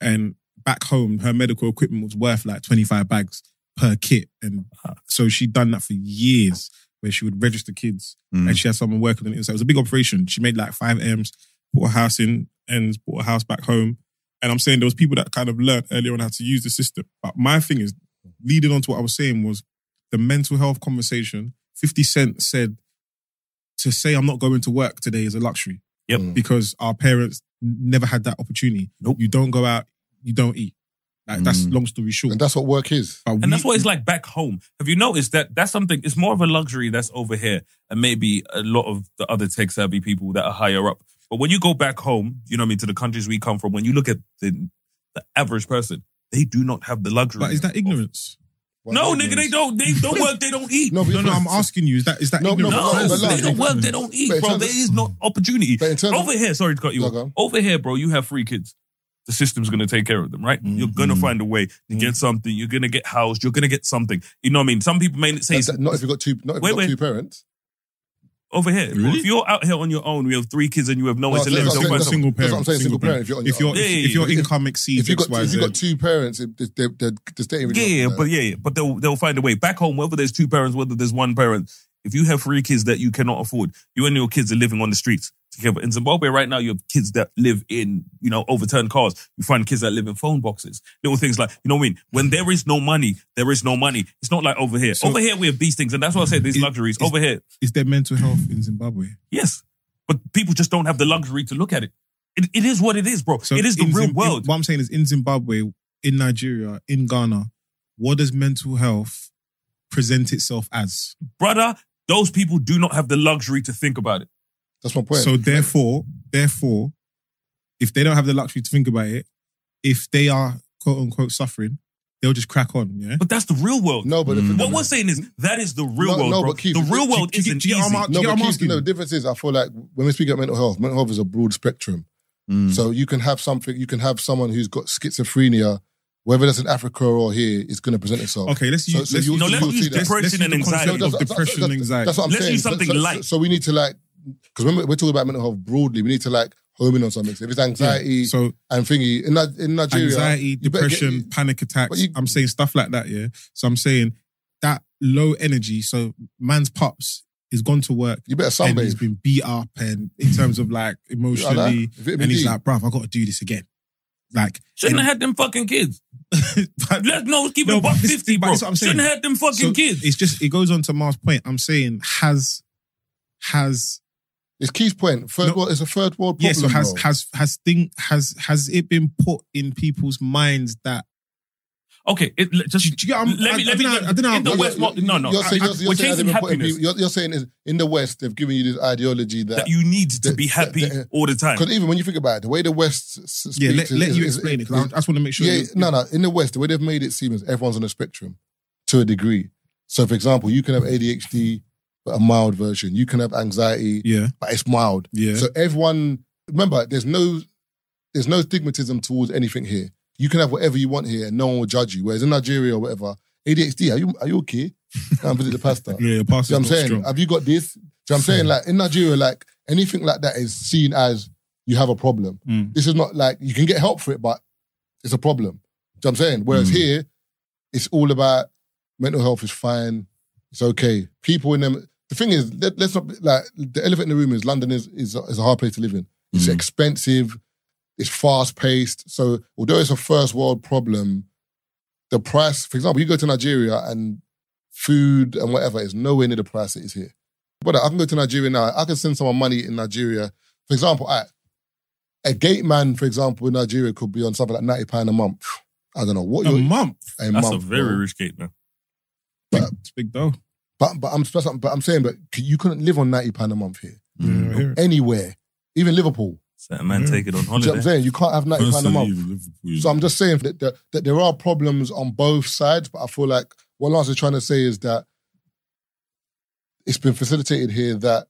C: And back home, her medical equipment was worth like 25 bags per kit. And so she'd done that for years where she would register kids
F: Mm.
C: and she had someone working on it. So it was a big operation. She made like five M's, bought a house in ends, bought a house back home. And I'm saying there was people that kind of learned earlier on how to use the system. But my thing is, leading on to what I was saying was the mental health conversation. 50 Cent said to say I'm not going to work today is a luxury.
E: Yep.
A: Mm.
C: Because our parents never had that opportunity. Nope. You don't go out, you don't eat. Like that's
F: Mm.
C: long story short.
A: And that's what work is.
C: But we-
E: And that's what it's like back home. Have you noticed that that's something, it's more of a luxury that's over here and maybe a lot of the other tech savvy people that are higher up. But when you go back home, you know what I mean, to the countries we come from, when you look at the, the average person, they do not have the luxury.
C: But is that
E: of-
C: ignorance?
A: Why
E: no,
A: do you
E: nigga,
A: do
E: they
A: this?
E: don't. They don't work. They don't eat.
A: No, but
C: [LAUGHS] No, no,
A: for
C: I'm
A: instance-
C: asking you. Is that is that
A: No, no,
C: ignorant?
A: but
E: No,
A: But like-
E: they don't work. They don't
A: but
E: eat,
A: in
E: bro.
A: terms
E: There
A: of-
E: is no opportunity.
A: But in terms of-
E: Over here, sorry to cut you
A: No,
E: off.
A: go on.
E: Over here, bro, you have three kids. The system's gonna take care of them, right? You're gonna find a way to
A: Mm-hmm.
E: get something. You're gonna get housed. You're gonna get something. You know what I mean? Some people may say
A: That- that- Not if you've got two. Not if
E: Wait,
A: you've got
E: wait.
A: two parents.
E: over here. bro,
F: Really?
E: if you're out here on your own, we have three kids and you have nowhere
A: No,
E: to
A: that's- that's-
E: live. Don't
A: that's-
E: find
A: that's-
E: something.
C: single parent.
A: what I'm saying, single parent,
C: If
A: if you're
C: your
A: on
E: your own.
C: if your
E: Yeah,
C: income
A: If
C: exceeds
A: you've
C: X
A: got
C: Y
A: if you've
C: Z,
A: got two parents, it- they- they- they're they're staying. with
E: Yeah,
A: you.
E: yeah, but yeah, yeah, but they'll they'll find a way. Back home, whether there's two parents, whether there's one parent, if you have three kids that you cannot afford, you and your kids are living on the streets together. In Zimbabwe right now, you have kids that live in you know overturned cars. You find kids that live in phone boxes. Little things like you know what I mean. When there is no money, there is no money. It's not like over here. over here we have these things, and that's why I say these
C: Is-
E: luxuries.
C: is-
E: over here,
C: is there mental health in Zimbabwe?
E: yes, but people just don't have the luxury to look at it. It, it is what it is, bro. it is the
C: in
E: real
C: Zim-
E: world.
C: in- what I'm saying is, in Zimbabwe, in Nigeria, in Ghana, what does mental health present itself as?
E: brother, those people do not have the luxury to think about it.
A: that's my point.
C: So therefore, therefore, if they don't have the luxury to think about it, if they are quote unquote suffering, they'll just crack on. Yeah.
E: But that's the real world.
A: no,
C: mm.
A: but if
E: What we're saying is that is the real
A: No,
E: world,
A: no,
E: bro.
A: but Keith,
E: the real
A: Keith,
E: world
C: Keith,
E: isn't
C: Keith,
E: easy.
C: I'm-
A: No,
C: Do you
A: but
C: know what I'm
A: Keith,
C: asking?
A: no, the difference is I feel like when we speak about mental health, mental health is a broad spectrum. So you can have something, you can have someone who's got schizophrenia, whether that's in Africa or here, it's going to present itself.
C: Okay, let's
A: So-
C: use
A: so
C: let's,
A: you-
E: No,
A: you
E: let's
A: will
E: use
A: see that.
E: depression
C: let's use
E: and
C: the concept
E: anxiety.
C: of depression and anxiety.
A: That's what I'm
E: Let's
A: saying.
E: use
A: So-
E: something
A: so, so-
E: light.
A: So we need to like, because when we're talking about mental health broadly, we need to like home in on something. So if it's anxiety
C: so
A: and thingy in, Ni- in Nigeria,
C: anxiety,
A: you better get-
C: depression, panic attacks.
A: But you-
C: I'm saying stuff like that. Yeah. So I'm saying that low energy. So man's pups is gone to work.
A: you better
C: And he's
A: sunbathe.
C: been beat up, and in terms
A: [LAUGHS]
C: of like emotionally,
A: Vitamin
C: and he's
A: D.
C: like, "Bruv, I got to do this again." Like,
E: Shouldn't have had them fucking kids.
C: but-
E: Let's no keep
C: No,
E: it
C: but
E: buck
C: this-
E: fifty,
C: but
E: bro.
C: this is what I'm
E: Shouldn't
C: saying.
E: have had them fucking
C: so
E: kids.
C: It's just it goes on to Mark's point. I'm saying has has
A: It's Keith's point. Third
C: No.
A: world, it's a third world problem.
C: yes, so has
A: bro.
C: has has thing has has it been put in people's minds that
E: Okay, it, let- just
C: Do you get- I'm-
E: let
C: I-
E: me
C: I
E: let me.
C: don't know- I don't know
E: in
C: how-
E: the
A: you're-
E: West,
A: you're-
E: no, no.
A: You're saying,
E: I-
A: you're,
E: we're
A: saying
E: chasing
A: they've been putting
E: happiness
A: people- you're, you're saying is in the West they've given you this ideology that
E: that you need to
A: that-
E: be happy
A: that- that-
E: all the time.
A: because even when you think about it, the way the West s- speaks,
C: yeah?
A: is-
C: Let, let you
A: is-
C: explain it
A: is-
C: 'cause I I just want to make sure.
A: yeah,
C: you-
A: no, no. In the West, the way they've made it seem is everyone's on a spectrum to a degree. So, for example, you can have ADHD, but a mild version. You can have anxiety,
C: yeah,
A: but it's mild.
C: yeah.
A: So everyone, remember, there's no, there's no stigmatism towards anything here. You can have whatever you want here, and no one will judge you. Whereas in Nigeria or whatever, ADHD, are you are you okay? Come and visit the pastor.
C: yeah, your pass
A: Do you know what I'm
C: is not
A: saying?
C: strong.
A: Have you got this? Do you know what I'm saying? Like in Nigeria, like anything like that is seen as you have a problem.
C: Mm.
A: This is not like you can get help for it, but it's a problem. Do you know what I'm saying? Whereas
C: Mm.
A: here, it's all about mental health is fine, it's okay. People in them. The thing is, let, us not be- like the elephant in the room is London is is, a- is a hard place to live in. It's
C: Mm.
A: expensive, it's fast paced. So although it's a first world problem, the price, for example, you go to Nigeria and food and whatever is nowhere near the price it is here. But I can go to Nigeria now. I can send someone money in Nigeria. For example, I, a gate man, for example, in Nigeria could be on something like ninety pound a month. I don't know what
C: a
A: you're
C: month,
A: a
E: That's a
A: month,
E: very
A: bro.
E: rich kid, man.
A: But-
C: it's big though.
A: But but I'm that's what- but I'm saying, but you couldn't live on ninety pound a month here
E: Mm.
C: Yeah, I hear it.
A: anywhere, even Liverpool.
E: That man take
A: Do you
E: it on
A: know what I'm
E: holiday.
A: saying? You can't have ninety pound a month.
E: Mm.
A: So I'm just saying that, that, that there are problems on both sides, but I feel like what Lance is trying to say is that it's been facilitated here that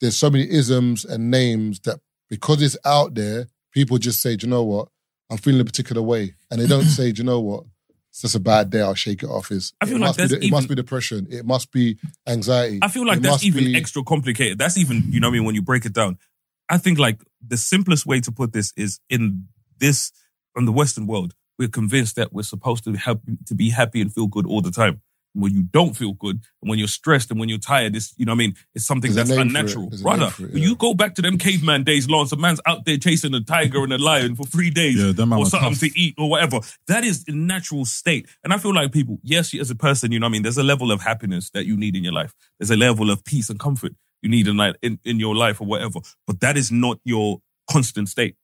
A: there's so many isms and names that because it's out there, people just say, do you know what? I'm feeling a particular way. And they
E: [LAUGHS]
A: don't say, do you know what? It's just a bad day. I'll shake it off. It's,
E: I feel
A: it,
E: like
A: must be
E: that's
A: the- it must
E: even-
A: be depression. It must be anxiety.
E: I feel like
A: It
E: that's
A: must
E: even
A: be-
E: extra complicated. That's even, you know what I mean, when you break it down. I think like the simplest way to put this is in this, on the Western world, we're convinced that we're supposed to have to be happy and feel good all the time. And when you don't feel good, and when you're stressed and when you're tired, it's, you know what I mean, it's something
A: There's a
E: that's
A: name for it.
E: unnatural.
A: There's a
E: Brother,
A: name for it,
E: when
A: yeah.
E: you go back to them caveman days, Lance, a man's out there chasing a tiger and a lion for three days
F: Yeah, them man
E: or
F: was
E: something
F: tough.
E: to eat or whatever. That is a natural state. And I feel like people, yes, as a person, you know what I mean? There's a level of happiness that you need in your life. There's a level of peace and comfort you need in, like, in, in your life or whatever. But that is not your constant state.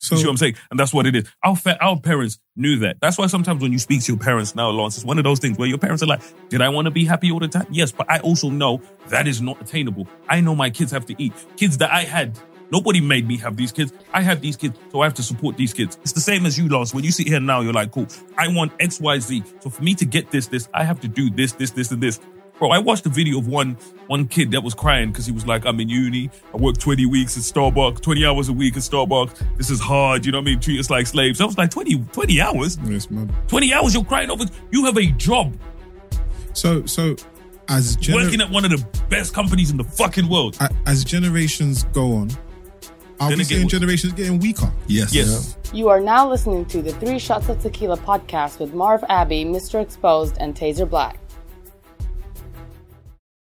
C: So
E: you see what I'm saying? And that's what it is. Our, fa- our parents knew that. That's why sometimes when you speak to your parents now, Lance, it's one of those things where your parents are like, did I want to be happy all the time? Yes, but I also know that is not attainable. I know my kids have to eat. Kids that I had Nobody made me have these kids. I have these kids, so I have to support these kids. It's the same as you last. When you sit here now, you're like, cool, I want X, Y, Z. So for me to get this, this, I have to do this, this, this, and this. Bro, I watched a video of one one kid that was crying because he was like, I'm in uni. I work 20 weeks at Starbucks, 20 hours a week at Starbucks. This is hard. You know what I mean? Treat us like slaves. I was like, 20, 20 hours?
C: Yes, man.
E: 20 hours you're crying over. You have a job
C: So, so as gener-
E: working at one of the best companies in the fucking world.
C: a- as generations go on, are
E: Then
C: we
E: it get
C: seeing
E: worse.
C: generations getting weaker?
F: Yes.
E: Yes.
I: You are now listening to the Three Shots of Tequila podcast with Marv Abbey, Mr. Exposed, and Taser Black.